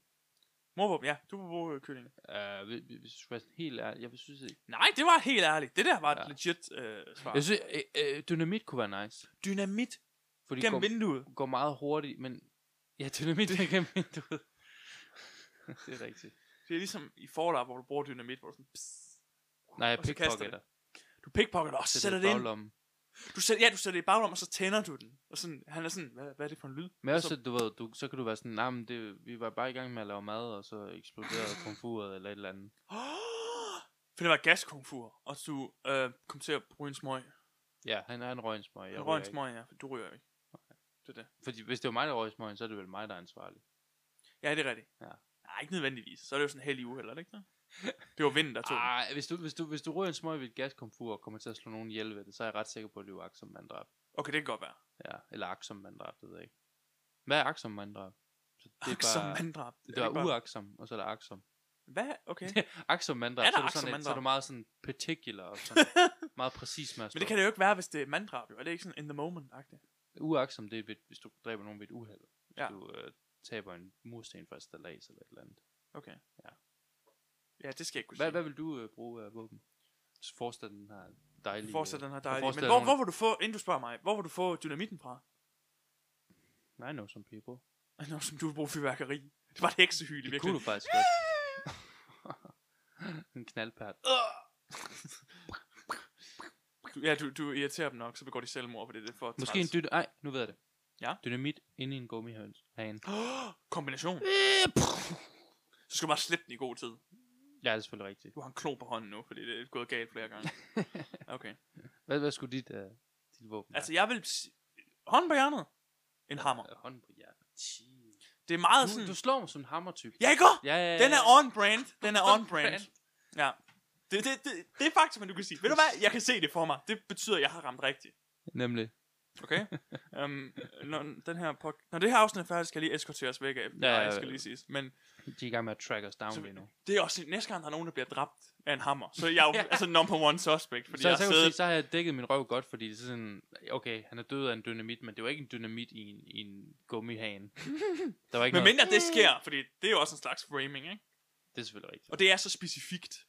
Morvåben, ja, du må bruge øh, kylling.
uh, vi, vi, vi, skulle være helt ærlig, jeg synes, jeg,
Nej, det var helt ærligt. Det der var et
Ja.
legit øh, svar.
jeg synes øh, øh, dynamit kunne være nice.
Dynamit
Fordi det
gennem
går,
vinduet.
går meget hurtigt, men... Ja, dynamit det... gennem vinduet. det er rigtigt.
Det er ligesom i Fallout, hvor du bruger dynamit, hvor du sådan... Pss,
Nej, jeg
Og så kaster det.
pickpocketer.
du pickpocketer og
Så
sætter
i
det ind.
baglommen.
Du sætter, ja, du sætter det i baglommen, og så tænder du den. Og sådan, han er sådan, hvad, hvad er det for en lyd?
Men
Og
også,
så,
du ved, du, så kan du være sådan, nej, men det, vi var bare i gang med at lave mad, og så eksploderede komfuret eller et eller andet.
oh, for det var gaskongfur, og du øh, kom til at bruge en smøg.
Ja, han er en røgnsmøg.
Jeg røg en smøg, ja, for du ryger ikke. Det er det.
Fordi hvis det var mig, der røg smøgen, så er det vel mig, der er ansvarlig.
Ja, det er rigtigt.
Ja.
Nej, ikke nødvendigvis. Så er det jo sådan en heldig uheld, er det ikke det? Det var vinden, der tog den.
Ah, hvis du, hvis du, hvis du rører en smøg ved et gaskomfur og kommer til at slå nogen ihjel ved det, så er jeg ret sikker på, at det var aksom manddrab.
Okay, det kan godt være.
Ja, eller aksom manddrab, det ved jeg ikke. Hvad er aksom manddrab? Så det er
Aksom
bare,
manddrab.
det
Er ikke
var
bare-
uaksom, og så er der aksom.
Hvad? Okay.
Aksom manddrab,
Er
så
der
er du sådan,
aksom
et, så er
manddrab?
du meget sådan particular og sådan, meget præcis med at
Men
slå.
det kan det jo ikke være, hvis det er manddrab, jo. Er det ikke sådan in the moment-agtigt?
uaksom, det er, ved- hvis du dræber nogen ved et uheld. Hvis
Ja.
ja. du øh, taber en mursten fra et stalas eller et eller andet.
Okay.
Ja.
Ja, det skal jeg ikke kunne
Hvad,
sige.
hvad vil du øh, bruge af våben? Så Forestil dig den her dejlige... øh,
Fortsæt den her dejlige. Men
forestiller
hvor,
nogen-
hvor vil du få, inden du spørger mig, hvor vil du få dynamitten fra?
Nej, no, som people.
Nå, som du vil bruge fyrværkeri. Det var et heksehyl i
Det, det kunne
virkeligheden.
du faktisk godt. en knaldpært.
Du, ja, du, du irriterer dem nok, så begår de selvmord, fordi det er for
Måske en dyt... Ej, nu ved jeg det.
Ja.
Dynamit inde i en gummihøns. Hagen.
en Kombination. Så skal du bare slippe den i god tid.
Ja, det er selvfølgelig rigtigt.
Du har en klo på hånden nu, fordi det er gået galt flere gange. Okay.
Hvad, hvad skulle dit, øh, dit våben være?
Altså, jeg vil... s- Hånden på hjernet. En hammer.
Øh, Hånden på hjertet. Jeez.
Det er meget
Du,
sådan...
du slår som en hammertype.
Ja, ikke?
Ja, ja, ja.
Den er on-brand. Den er on-brand.
On-brand.
Ja. Det, det, det, det er faktisk, man du kan sige. Ved du hvad? Jeg kan se det for mig. Det betyder, at jeg har ramt rigtigt.
Nemlig.
Okay? um, når, den her pod... når det her afsnit er færdigt, skal jeg lige eskortere os væk af. Ja,
ja,
ja,
ja.
ja. skal lige siges. Men
De er i gang med at track os down
Så-
lige nu.
det er også næste gang, der er nogen, der bliver dræbt af en hammer. Så jeg er jo altså number one suspect,
så,
fordi så, jeg
så,
har
kan du sige,
siddet...
så har jeg dækket min røv godt, fordi det er sådan, okay, han er død af en dynamit, men det var ikke en dynamit i en, i en gummihane. Der var ikke
Men
noget.
mindre det sker, fordi det er jo også en slags framing, ikke?
Det er selvfølgelig rigtigt.
Og det er så specifikt,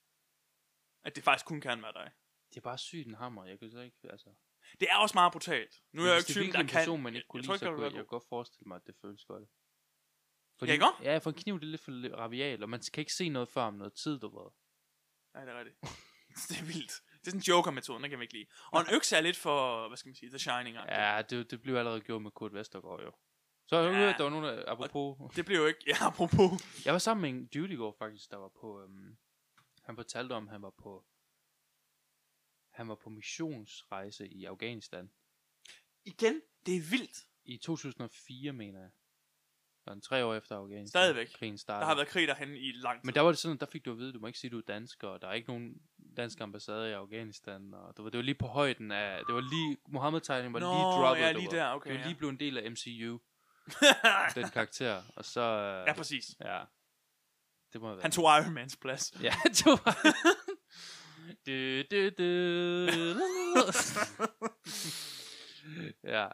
at det faktisk kun kan være dig.
Det er bare sygt en hammer, jeg kan så ikke, altså.
Det er også meget brutalt. Nu er jeg jo
Hvis
ikke
det
typen,
virkelig
der
en
kan...
person, man ikke kunne lide, så
jeg,
kunne
jeg,
jeg,
jeg,
jeg
jeg,
godt forestille mig, at det føles godt.
Ja, ikke også?
Ja, for en kniv det er lidt for li- rabiat, og man kan ikke se noget før om noget tid, du ved.
Nej, det er rigtigt. det er vildt. Det er sådan en joker-metode, den kan vi ikke lide. Og en økse er lidt for, hvad skal man sige, The Shining. Ja.
Ja, det, det blev allerede gjort med Kurt Vestergaard, jo. Så har jeg
Ja.
ja. hørt, der var nogen, der, apropos...
Det blev jo ikke, ja, apropos.
Jeg var sammen med en dude i går faktisk, der var på, øhm, han fortalte om, han var på, han var på missionsrejse i Afghanistan
Igen, det er vildt.
i 2004, mener jeg. Sådan tre år efter Afghanistan.
Stadigvæk.
Krigen
Der
startede.
har været krig derhen i lang tid.
Men der var det sådan, der fik du at vide, du må ikke sige, du er dansker, og der er ikke nogen dansk ambassade i Afghanistan, og det var, det var lige på højden af, det var lige, Mohammed-tegningen var
Nå,
lige droppet,
ja,
du
lige
ved.
der, okay,
Det var
ja.
lige blevet en del af MCU, den karakter, og så, øh,
ja, præcis.
ja, det må have været.
Han tog Iron Mans plads.
Ja, du var... du, du, du. ja.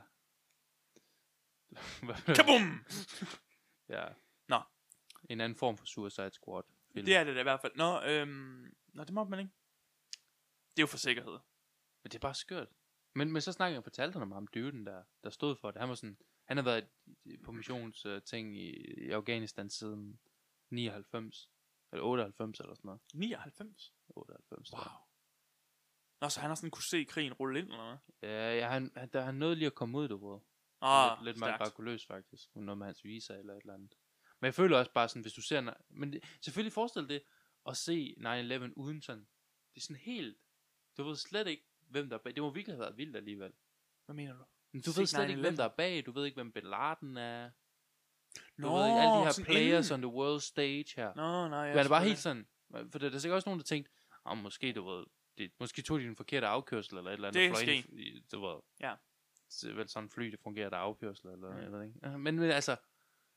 Kabum!
ja.
Nå.
En anden form for Suicide Squad. Film.
Det er det da i hvert fald. Nå, øhm, nå, det må man ikke. Det er jo for sikkerhed.
Men det er bare skørt. Men, men så snakkede jeg og fortalte han om ham, dyden, der, der stod for det. Han var sådan, han har været på missionsting i, i Afghanistan siden 99, eller 98 eller sådan noget.
99.
98. tror
Wow.
jeg.
Nå, så han har sådan kunne se krigen rulle ind, eller hvad?
Ja, ja han, han, der, han nåede lige at komme ud, du ved.
Ah,
lidt, lidt
stærkt.
mirakuløst faktisk. Noget med hans visa eller et eller andet. Men jeg føler også bare sådan, hvis du ser... en- Men det, selvfølgelig forestil dig at se 9-11 uden sådan... Det er sådan helt... Du ved slet ikke, hvem der er bag. Det må virkelig have været vildt alligevel.
Hvad mener du?
Men du
Se
ved slet ikke, hvem
9/11.
der er bag. Du ved ikke, hvem Bin Laden er. Du ved, i alle de her
sådan
players
inden.
on the world stage her.
Nå, nej.
Ja,
jeg
men er det bare
tror
helt sådan? For der, der er sikkert også nogen, der tænkte, ah, måske, du ved, det, måske tog de den forkerte afkørsel, eller et eller andet.
Det
og fløj
kan
ind i- i- Du ved,
Ja. Mm.
Det er vel sådan et fly, det fungerer, der er afkørsler, eller
Ja.
jeg ved ikke. Men, men altså,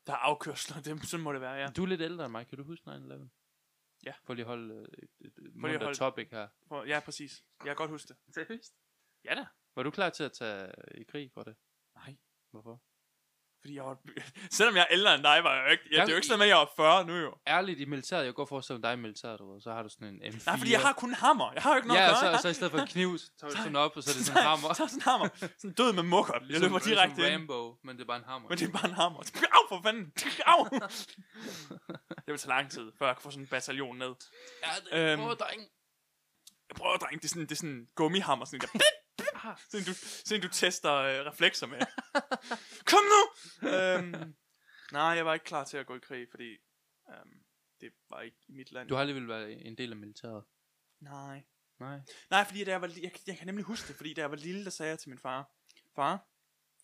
Der er afkørsler, det, sådan må det være, ja.
ja. du er lidt ældre end mig, kan du huske 9-11?
Ja.
For lige at holde øh, et, et, et
at
munter
holde-
topic her.
For, ja, præcis. Jeg kan godt huske det.
Seriøst?
Ja da.
Var du klar til at tage øh, i krig for det?
Nej.
Hvorfor?
Fordi jeg var... Selvom jeg er ældre end dig, var jeg jo ikke... Ja, det er jo ikke sådan, at jeg er 40 nu jo.
Ærligt, i militæret, jeg går forestille mig dig i militæret, du ved, så har du sådan en M4.
Nej, fordi jeg har kun en hammer. Jeg har jo ikke noget
Ja,
at
og
gøre.
så,
jeg
så i stedet for en kniv, så tager du sådan op, og så er det sådan en hammer.
har- Så er sådan en hammer. Sådan død med mukker. Jeg løber direkte
ligesom
ind.
Rambo, men det er bare en hammer.
Men det er bare en hammer. Au, for fanden. Au. Det vil tage lang tid, før jeg kan få sådan en bataljon ned.
Ja,
det- Øhm. prøv,
dreng.
Jeg prøver, dreng. Det er sådan, det er sådan en gummihammer. Sådan en, der...
Ah.
sådan, en, du, sådan en, du tester øh, reflekser med. Kom nu! Øhm, nej, jeg var ikke klar til at gå i krig, fordi... Øhm, det var ikke i mit land.
Du har aldrig ville være en del af militæret.
Nej.
Nej.
Nej, fordi da jeg, var, li- jeg, jeg kan nemlig huske det, fordi da jeg var lille, der sagde jeg til min far, far,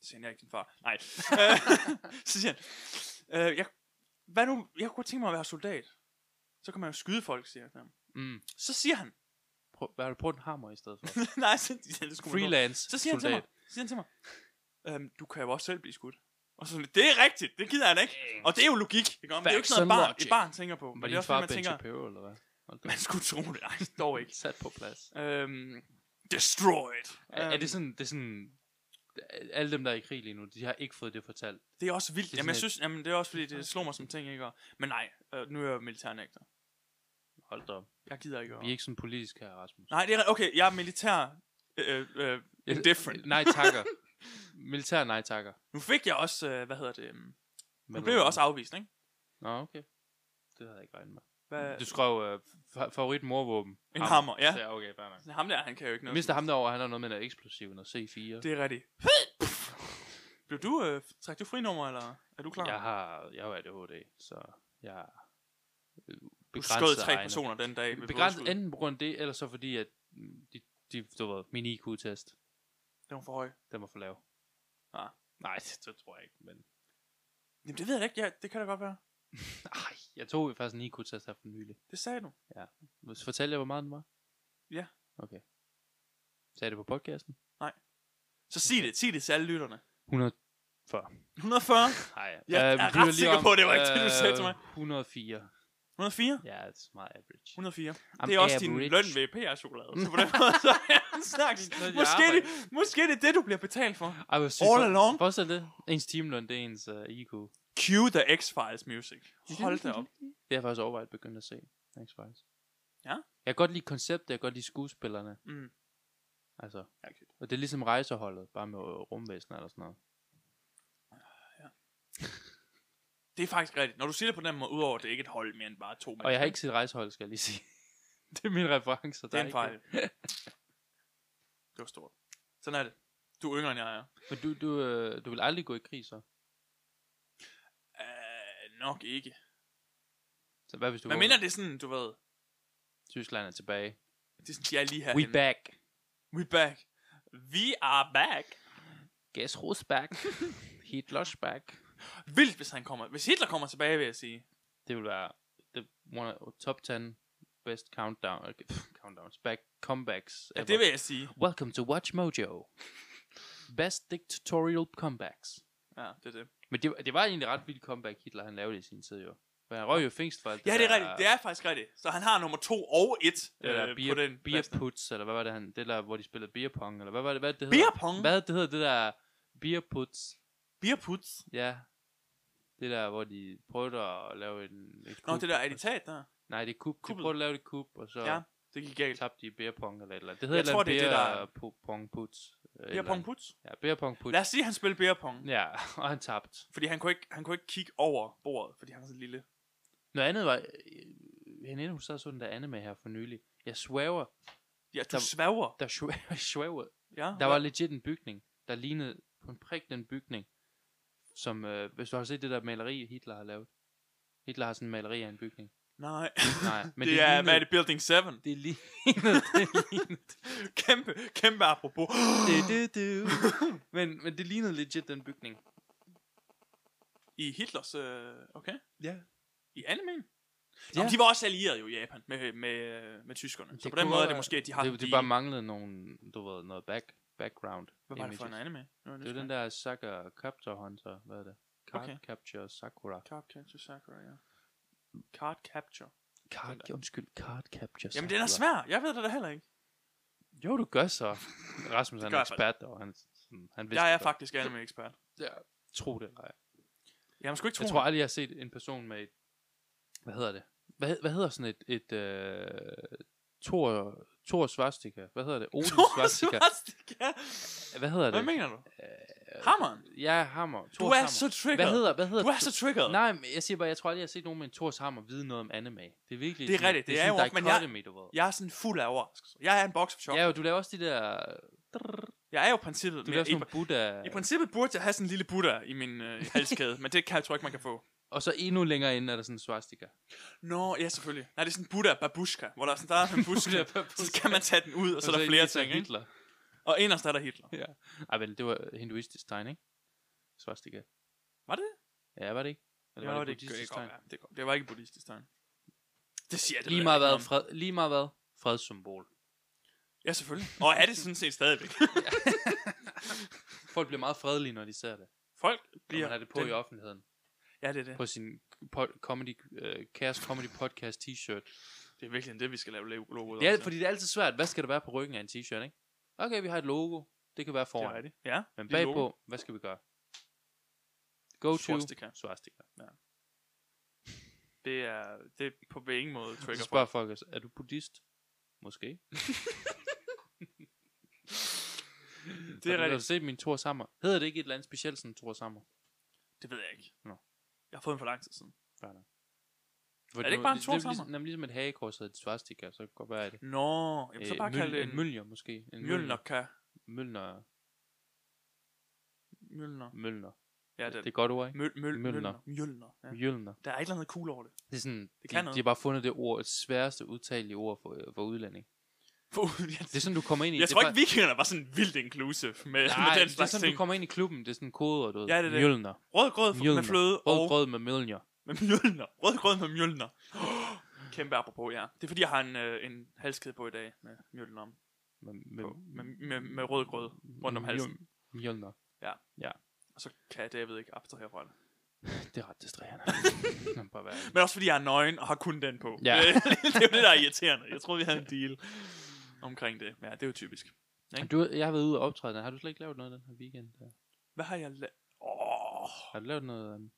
så siger han, jeg er ikke din far, nej, Øh, så siger han, øh, jeg, hvad nu, jeg kunne godt tænke mig at være soldat, så kan man jo skyde folk, siger jeg til ham.
Mm.
Så siger han,
Prøv, hvad har du brugt en hammer i stedet for?
nej, så, ja, det skulle man nå.
Freelance
så siger han til mig,
soldat.
så siger han til mig, øhm, du kan jo også selv blive skudt. Og så sådan, det er rigtigt, det gider han ikke.
Dang.
Og det er jo logik, ikke? om? Det er jo ikke
Facts
sådan
and
noget, barn,
logic.
et barn tænker på. Men
Var
det
din
er også, fordi
far
man
Ben
tænker,
Shapiro, eller hvad? Hold da
man skulle tro det. Nej, dog
op.
ikke.
Sat på plads.
Øhm, destroyed.
Er, er
Øhm,
det sådan, det er sådan, alle dem, der er i krig lige nu, de har ikke fået det fortalt.
Det er også vildt.
Det er
Jamen, jeg
sådan
synes, jamen, det er også fordi, det slog mig som ting, ikke? Og- Men nej, øh, nu er jeg jo militærnægter.
Hold da op.
Jeg gider ikke.
Vi er ikke sådan politisk her, Rasmus.
Nej, det er re- okay, jeg er militær. Øh, øh,
Jeg-
different.
Nej, takker. Militær nej, takker.
nu fik jeg også, øh, hvad hedder det? øhm,
Men
Nu blev jeg også afvist, ikke?
Nå, okay. Det havde jeg ikke regnet med.
Hvad,
Du skrev øh, fa- favorit morvåben.
en hammer, ja.
Ja, okay, fair nok.
Ham der, han kan jo ikke noget.
Mister ham derovre, han har noget med noget eksplosiv, noget C4.
Det er rigtigt. Blev du, øh, træk du frinummer, eller er du klar?
Jeg har, jeg har ADHD, så jeg er øh,
du
begrænset
skød tre
egne-
personer den dag. ved blodskud.
Begrænset enten på grund af det, eller så fordi, at mm, de, de, du ved, min IQ-test,
Den var for høj.
den var for lav.
Ah.
Nej, det, det tror jeg ikke, men...
Jamen, det ved jeg da ikke. Ja, det kan da godt være.
Ej, jeg tog jo faktisk en IQ-test her for nylig.
Det sagde du.
Må- Fortæl jer, hvor meget den var?
Ja.
Okay. Sagde jeg det på podcasten?
Så sig det. Sig det til alle lytterne.
140.
140?
Nej,
er ret sikker på, det var ikke det, du sagde til mig.
104.
104?
Øh, Ja, det er meget average.
104.
I'm
det er også
average.
din løn ved PR-chokolade. Så på den måde, så er jeg snakkes.
Noget, jeg
Måske, det,
arbejder.
måske det er det, du bliver betalt for.
Ej, hvor sygt.
All
For-
along.
Forestil det. Ens timeløn, det er ens uh, IQ.
Cue the X-Files music. Hold da op.
Det har jeg faktisk overvejet begyndt at se. Thanks, faktisk.
Ja?
Jeg kan godt lide konceptet, jeg kan godt lide skuespillerne.
Mm.
Altså,
Okay.
og det er ligesom rejseholdet, bare med øh, rumvæsener eller sådan noget.
Det er faktisk rigtigt. Når du siger det på den måde, udover at det er ikke er et hold mere end bare to
Og jeg har ikke set rejseholdet, skal jeg lige sige. det er min reference.
Det er en fejl. det var stort. Sådan er det. Du er yngre, end jeg er.
Men du, du, øh, du vil aldrig gå i krig, så?
Uh, nok ikke.
Så hvad hvis du
Men
vågner?
mindre det er sådan, du ved...
Tyskland er tilbage.
Det er sådan, jeg er lige her.
We back.
We back. We are back.
Guess who's back? Hitler's back.
Vildt, hvis han kommer. Hvis Hitler kommer tilbage, vil jeg sige.
Det vil være det one of top 10 best countdown, okay, pff, countdowns, back, comebacks.
Ja,
ever.
det vil jeg sige.
Welcome to Watch Mojo. Best dictatorial comebacks.
Ja, det er det.
Men det, det var egentlig ret vildt comeback, Hitler han lavede i sin tid jo. For han røg jo i fængsel for alt
Ja, det er rigtigt. Det er faktisk rigtigt. Så han har nummer 2 og 1
det der
øh,
beer,
på den
beer
plads.
puts, eller hvad var det han, det der, hvor de spillede beer pong, eller hvad var det, hvad det hedder?
Beer pong?
Hvad det hedder det der beer puts?
Beer puts.
Ja. Det der, hvor de prøvede at lave en... Et
Nå,
kup,
det der editat der.
Nej, det er kub. De
Kuppet.
prøvede at lave det kub, og så
Ja,
ja.
det gik galt.
tabte de i beer pong eller et eller andet. Det hedder
Jeg
et eller
tror,
andet
det er det, der
beer
er-
po- pong puts. øh, et
Beer
eller
pong
andet.
puts.
Ja, beer pong puts.
Lad os sige, at han spillede beer pong.
Ja, og han tabte.
Fordi han kunne, ikke, han kunne ikke kigge over bordet, fordi han er så lille.
Noget andet var... Hende hun sad og så den der anime her for nylig. Jeg svæver,
Ja, du
Der-
svæver.
der svæver, svæver.
Ja,
Der var legit en bygning, der lignede på en prik den bygning, som, øh, hvis du har set det der maleri, Hitler har lavet. Hitler har sådan en maleri af en bygning.
Nej.
Nej, men
Men det,
det
det er, hvad
lignede-
er det, Building 7?
Det lignede, det lignede,
Kæmpe, kæmpe apropos.
det, det, det. Men, men det lignede legit den bygning.
I Hitlers... Øh, okay.
Ja.
I anime?
Ja.
Ja. Jamen, de var også allierede jo i Japan med, med, øh, med tyskerne.
Det
så på den
kunne
måde er
være-
det måske, at de har...
Det, det
de-
bare manglede nogen, du ved, noget back, background.
Hvad var det for en
images.
anime? Nå,
Det er den der Sakura Capture Hunter. Hvad er det? Card
Okay.
Capture Sakura.
Card Capture Sakura, ja. Card Capture.
Card, undskyld, Card Capture
Jamen, den er svær. Jeg ved det da heller ikke.
Jo, du gør så. Rasmus
Det
han
gør
er
jeg faktisk.
ekspert, og han, sådan, han vidste
Jeg er
det godt.
faktisk anime-ekspert.
Ja, tro det eller ej.
Jamen, skulle ikke tro
Jeg tror aldrig, jeg har set en person med et... Hvad hedder det? Hvad, hed- hvad hedder sådan et... et øh, Tor, Tor Svastika. Hvad hedder det? Odin Svastika.
Svastika.
Hvad hedder det?
Hvad mener du?
Øh,
Hammeren.
Ja, hammer.
Du
Thors
er
hammer.
så triggered.
Hvad hedder, hvad hedder
Du er så triggered.
Nej, men jeg siger bare, jeg tror aldrig, jeg har set nogen med en Thors hammer vide noget om anime. Det er virkelig...
Det er
sådan-
rigtigt, det er
sådan
jo
en
også- men jeg-
dichotomy, du ved.
Jeg er sådan fuld af overraskelser. Jeg er en box of shock.
Ja, jo, du laver også de der...
Jeg er jo i princippet...
Du
men
laver
i,
sådan nogle Buddha...
I princippet burde jeg have sådan en lille Buddha i min øh, halskæde, men det kan jeg tror jeg ikke, man kan få.
Og så endnu længere inden er der sådan en swastika.
Nå, ja, selvfølgelig. Nej, det er sådan en Buddha babushka, hvor der er sådan der er en buske,
Buddha babushka.
så kan man tage den ud, og så er der
Altså,
flere ting, ikke?
Hitler.
Og inderst er der Hitler.
Ja. Ej, men det var hinduistisk tegn, ikke? Swastika.
Var det?
Ja, var det ikke?
Det var, det, det,
buddhistisk
godt, være. det, det var ikke et buddhistisk tegn. Det siger jeg, det ved
Lige
jeg
meget
ikke
hvad,
noget om.
fred, lige meget hvad, fredssymbol.
Ja, selvfølgelig. Og er det sådan set stadigvæk.
Folk bliver meget fredelige, når de ser det.
Folk
Når
bliver...
man har det på den... i offentligheden.
Ja, det er det.
På sin pod, comedy, uh, Chaos Comedy Podcast t-shirt.
Det er virkelig det, vi skal lave lo- logoet
Det er,
om til.
fordi det er altid svært. Hvad skal der være på ryggen af en t-shirt, ikke? Okay, vi har et logo. Det kan være
det er
foran.
rigtigt. Ja,
Men
det er logo.
bagpå, hvad skal vi gøre? Go to
Swastika.
swastika.
Det er, det er på ingen måde
Så
trigger for.
spørger folk os, er du buddhist? Måske.
Det er
Har du
rigtigt.
set min Thor Sammer? Hedder det ikke et eller andet specielt sådan Thor Sammer?
Det ved jeg ikke.
Nå.
Jeg har fået den for lang tid siden.
For
Er det ikke bare en Thor
det,
Sammer?
Det er ligesom, ligesom et hagekors hedder et svastika, så kan det godt være, at
Nå, jamen, så
øh,
bare
møl-
kald det
en
en
mølner måske. En
Mjølner kan...
Mølner.
Mjølner.
Mølner.
Ja,
det er
det
et godt ord, ikke?
Møl, møl,
Mjølner.
mjølner. Mjølner. Ja.
Mjølner.
Der er et eller andet cool over det.
Det er sådan,
Det
de,
kan
de
noget.
har bare fundet det ord, et sværeste udtalelige ord for, for udlænding.
For,
Det er sådan, du kommer ind i...
jeg
det er
tror
bare-
ikke, vikingerne var sådan vildt inclusive
Nej,
med, med den
det er
slags
sådan,
ting.
du kommer ind i klubben, det er sådan koder, du ved.
Ja, det er det.
Mjølner.
Rød grød for, med fløde
Rød
og
grød med mjølner.
med mjølner. Rød grød med mjølner. Kæmpe apropos, ja. Det er fordi, jeg har en, øh, en halskæde på i dag med mjølner om.
Med, med,
På, med, med, med rød grød rundt om halsen.
Mjølner.
Og så kan David ikke abstrahere fra det.
Det er ret distraherende. Nå, bare være
Men også fordi jeg er nøgen og har kun den på.
Ja.
Øh, det er jo det, der er irriterende. Jeg tror, vi havde en deal omkring det. Ja, det er jo typisk.
Men Du, jeg har været ude og optræde den. Har du slet ikke lavet noget den her weekend?
Hvad har jeg lavet? Oh,
Har du lavet noget, øhm,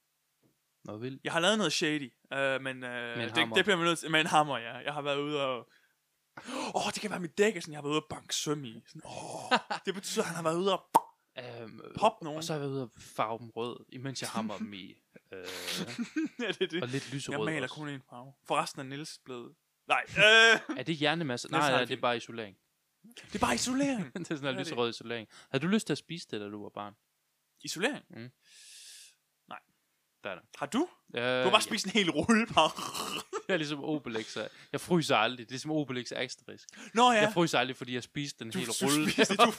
noget vildt?
jeg har lavet noget shady, øh, men øh,
Med en
det,
hammer.
det bliver man nødt til. Med en hammer, ja. Jeg har været ude og... Åh, oh, det kan være mit dæk, er sådan, jeg har været ude og banke søm i. Sådan, oh, det betyder, at han har været ude og...
Øhm, øh,
Pop nogen.
Og så har jeg været ude og farve dem rød, imens jeg hammer dem i. Øh,
ja, det er
og
det.
lidt
Jeg
lyserød
maler
også.
kun en farve. Forresten er Nils blevet... Nej, øh,
Er det hjernemasser?
Næsten
Nej,
har
nej,
jeg
det er
fint.
bare isolering.
det er bare isolering.
det er sådan
er
noget
det.
lyserød isolering. Har du lyst til at spise det, da du var barn?
Isolering?
Mm.
Nej.
Der er der.
Har du?
Øh,
Du har bare spist en hel rulle, bare.
Jeg er ligesom Obelix. og- Jeg fryser aldrig. Det er ligesom Obelix og Asterisk.
Nå ja.
Ja. Jeg fryser aldrig, fordi jeg spiste den
Du-
hele
du
rulle.
spiste- du-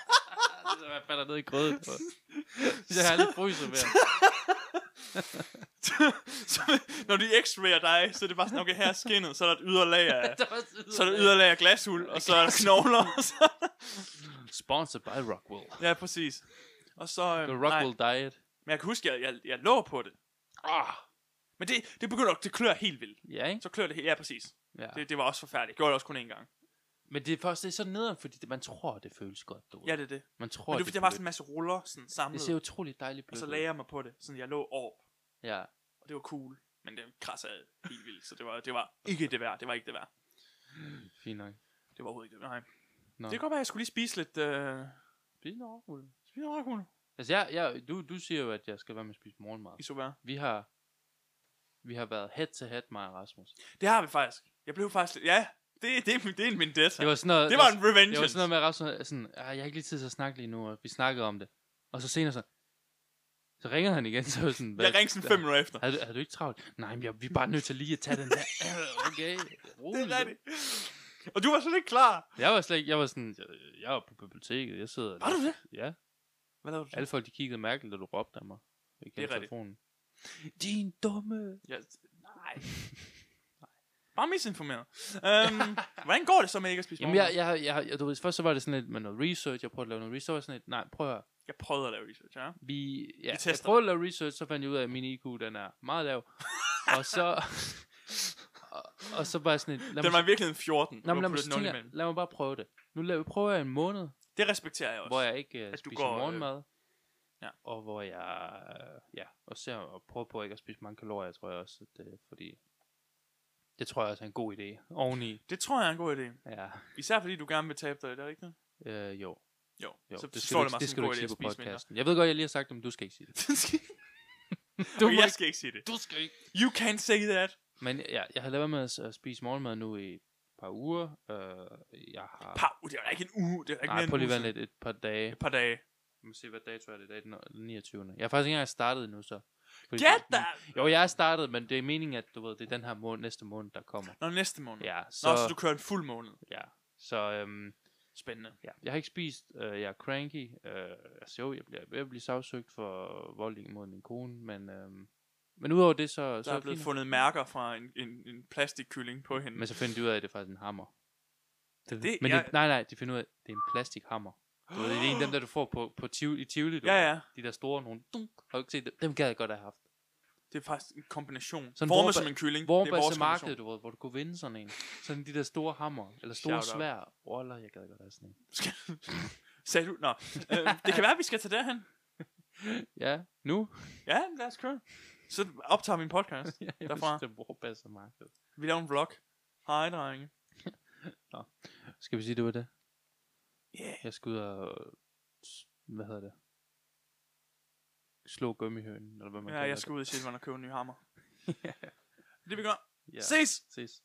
Så jeg falder ned i grødet. på. Jeg har aldrig fryser mere.
så, når de x-rayer dig, så er det bare sådan, okay, her er skinnet, så er der et yderlag af,
Der var sådan
så er der
noget.
et yderlag af glashul, og så er der knogler, og så,
Sponsored by Rockwell.
ja, præcis. Og så,
The
øhm, nej,
Rockwell Diet.
men jeg kan huske, jeg, jeg, jeg lå på det.
Ah.
Men det, det begynder at, det klør helt vildt.
Ja, ikke?
Så klør det helt, ja, præcis.
Ja.
Det, det var også forfærdeligt. Jeg gjorde det også kun én gang.
Men det er først det er sådan nederen, fordi det, man tror, det føles godt. Du. ved.
Ja, det er det.
Man tror,
Men det er
det,
fordi, der var sådan
blødt.
en masse ruller sådan Altså
det ser
samlet,
utroligt dejligt
og
blødt
så
ud.
lagde jeg mig på det, sådan jeg lå over.
Ja.
Og det var cool, men det krassede helt vildt, så det var, det var ikke det værd. Det var ikke det værd.
Fint nok.
Det var overhovedet ikke det værd. Nej.
Nå.
Det kan godt være, at jeg skulle lige spise lidt... Øh,
Fint nok.
spise noget rakugle.
Altså, jeg, jeg, du, du siger jo, at jeg skal være med at spise morgenmad.
I sovær.
Vi har, vi har været head to head, mig og Rasmus.
Det har vi faktisk. Jeg blev faktisk lidt... Ja, det, det, det, det er en vendetta.
Det var sådan noget,
det var en revenge.
det var sådan noget med, at Rasmus er sådan, "Ah, jeg har ikke lige tid til at snakke lige nu, og vi snakkede om det. Og så senere så, så ringer han igen, så er jeg sådan,
jeg ringte sådan fem minutter efter.
Havde du, havde du ikke travlt? Nej, men jeg, vi er bare nødt til lige at tage den der. Okay,
Det
rolig.
er rigtigt. Og du var slet ikke klar.
Jeg var slet ikke, jeg var sådan, jeg, jeg var på biblioteket, jeg sidder
Var du det?
Ja,
Hvad lavede du?
alle folk de kiggede mærkeligt, da du råbte af mig. igennem
rigtigt.
telefonen. Din dumme...
Ja, s- nej. Nej. Bare misinformeret. Øhm, hvordan går det så med ikke at spise
Jamen, jeg,
morgenmad?
jeg, jeg, jeg, du ved, først så var det sådan lidt med noget research, jeg prøvede at lave noget research, så var jeg sådan lidt, nej, prøv at høre.
Jeg prøvede at lave research, ja.
vi, ja, jeg
tester.
prøvede at lave research, så fandt jeg ud af, at min IQ, den er meget lav. og så... og, og, så bare sådan et... Lad mig,
Den var virkelig en 14.
nej,
du
men lad,
har
mig,
puttet
så
nul
tænker, jeg,
imellem.
lad mig bare prøve det. Nu laver, prøver jeg en måned,
Det respekterer jeg også.
hvor jeg ikke uh,
At du
spiser
går, øh,
morgenmad.
ja.
Og hvor jeg, øh, ja, og ser og prøver på ikke at spise mange kalorier, tror jeg også, at, øh, fordi det tror jeg også er en god idé. Oveni,
Det tror jeg er en god idé.
ja,
Især fordi du gerne vil tabe dig, er det rigtigt?
øh, jo.
Jo.
jo.
så
det skal,
står
du, ikke,
det mig
det
som
skal
en
du
god
ikke
idé
sige
at
på
spise mindre.
podcasten. Jeg ved godt, jeg lige har sagt det, men du skal ikke sige det. Du,
okay,
må
jeg
ikke,
skal ikke sige det.
du skal ikke.
You can say that.
Men ja, jeg har lavet være med at s- at spise morgenmad nu i et par uger. Øh, jeg har...
Pau, det er da ikke en uge. Det er da ikke
nej,
mere
prøv lige
end
at
en uge
lidt et par dage.
Et par dage.
Jeg må se, hvad dato er det i dag, den o- den 29. Jeg har faktisk ikke engang startet endnu, så... Fordi-
Get that!
Jo, jeg er startet, men det er meningen, at du ved, det er den her måned, næste måned, der kommer.
Nå, næste måned.
Ja,
Så...
så...
Nå, så du kører en fuld måned.
Ja, så... Øhm,
Spændende.
ja. Jeg har ikke spist, øh, jeg er cranky. Øh, altså jo, jeg bliver ved at blive sagsøgt for vold mod min kone, men... Øhm, men udover det, så... så
Der
er
er
det
blevet
fint.
fundet mærker fra en, en, en plastikkylling på hende.
Men så finder de ud af, at det er faktisk en hammer. Det,
det-
men
jeg-
det, nej, nej, de finder ud af, at det er en plastikhammer. Du ved, det er en af dem, der du får på, på Tivoli, i Tivoli. Du
Ja,
ved.
ja.
De der store nogle. Dunk, har du ikke set dem? Dem gad jeg godt have haft.
Det er faktisk en kombination.
Sådan
Sådan Formet
Vorba-
som en kylling. det er
Vorbasse
vores
marked,
marked.
du ved, hvor du kunne vinde sådan en. Sådan de der store hammer, eller store
Shout out.
svær. Roller, jeg gad godt have sådan en.
Sagde du? Nå. øhm, det kan være, at vi skal tage derhen.
Ja, nu.
Ja, lad os køre. Så optager vi en podcast.
Jeg
Derfra.
husker, Det er Vorbasse marked.
Vi laver en vlog. Hej, drenge.
Skal vi sige, det var det?
Yeah.
Jeg skal ud og... Hvad hedder det? Slå gummihønen, eller hvad man
Ja,
kalder
jeg skal ud i Silvan og købe en ny hammer. det vi gør.
det. Ja.
Ses!
Ses.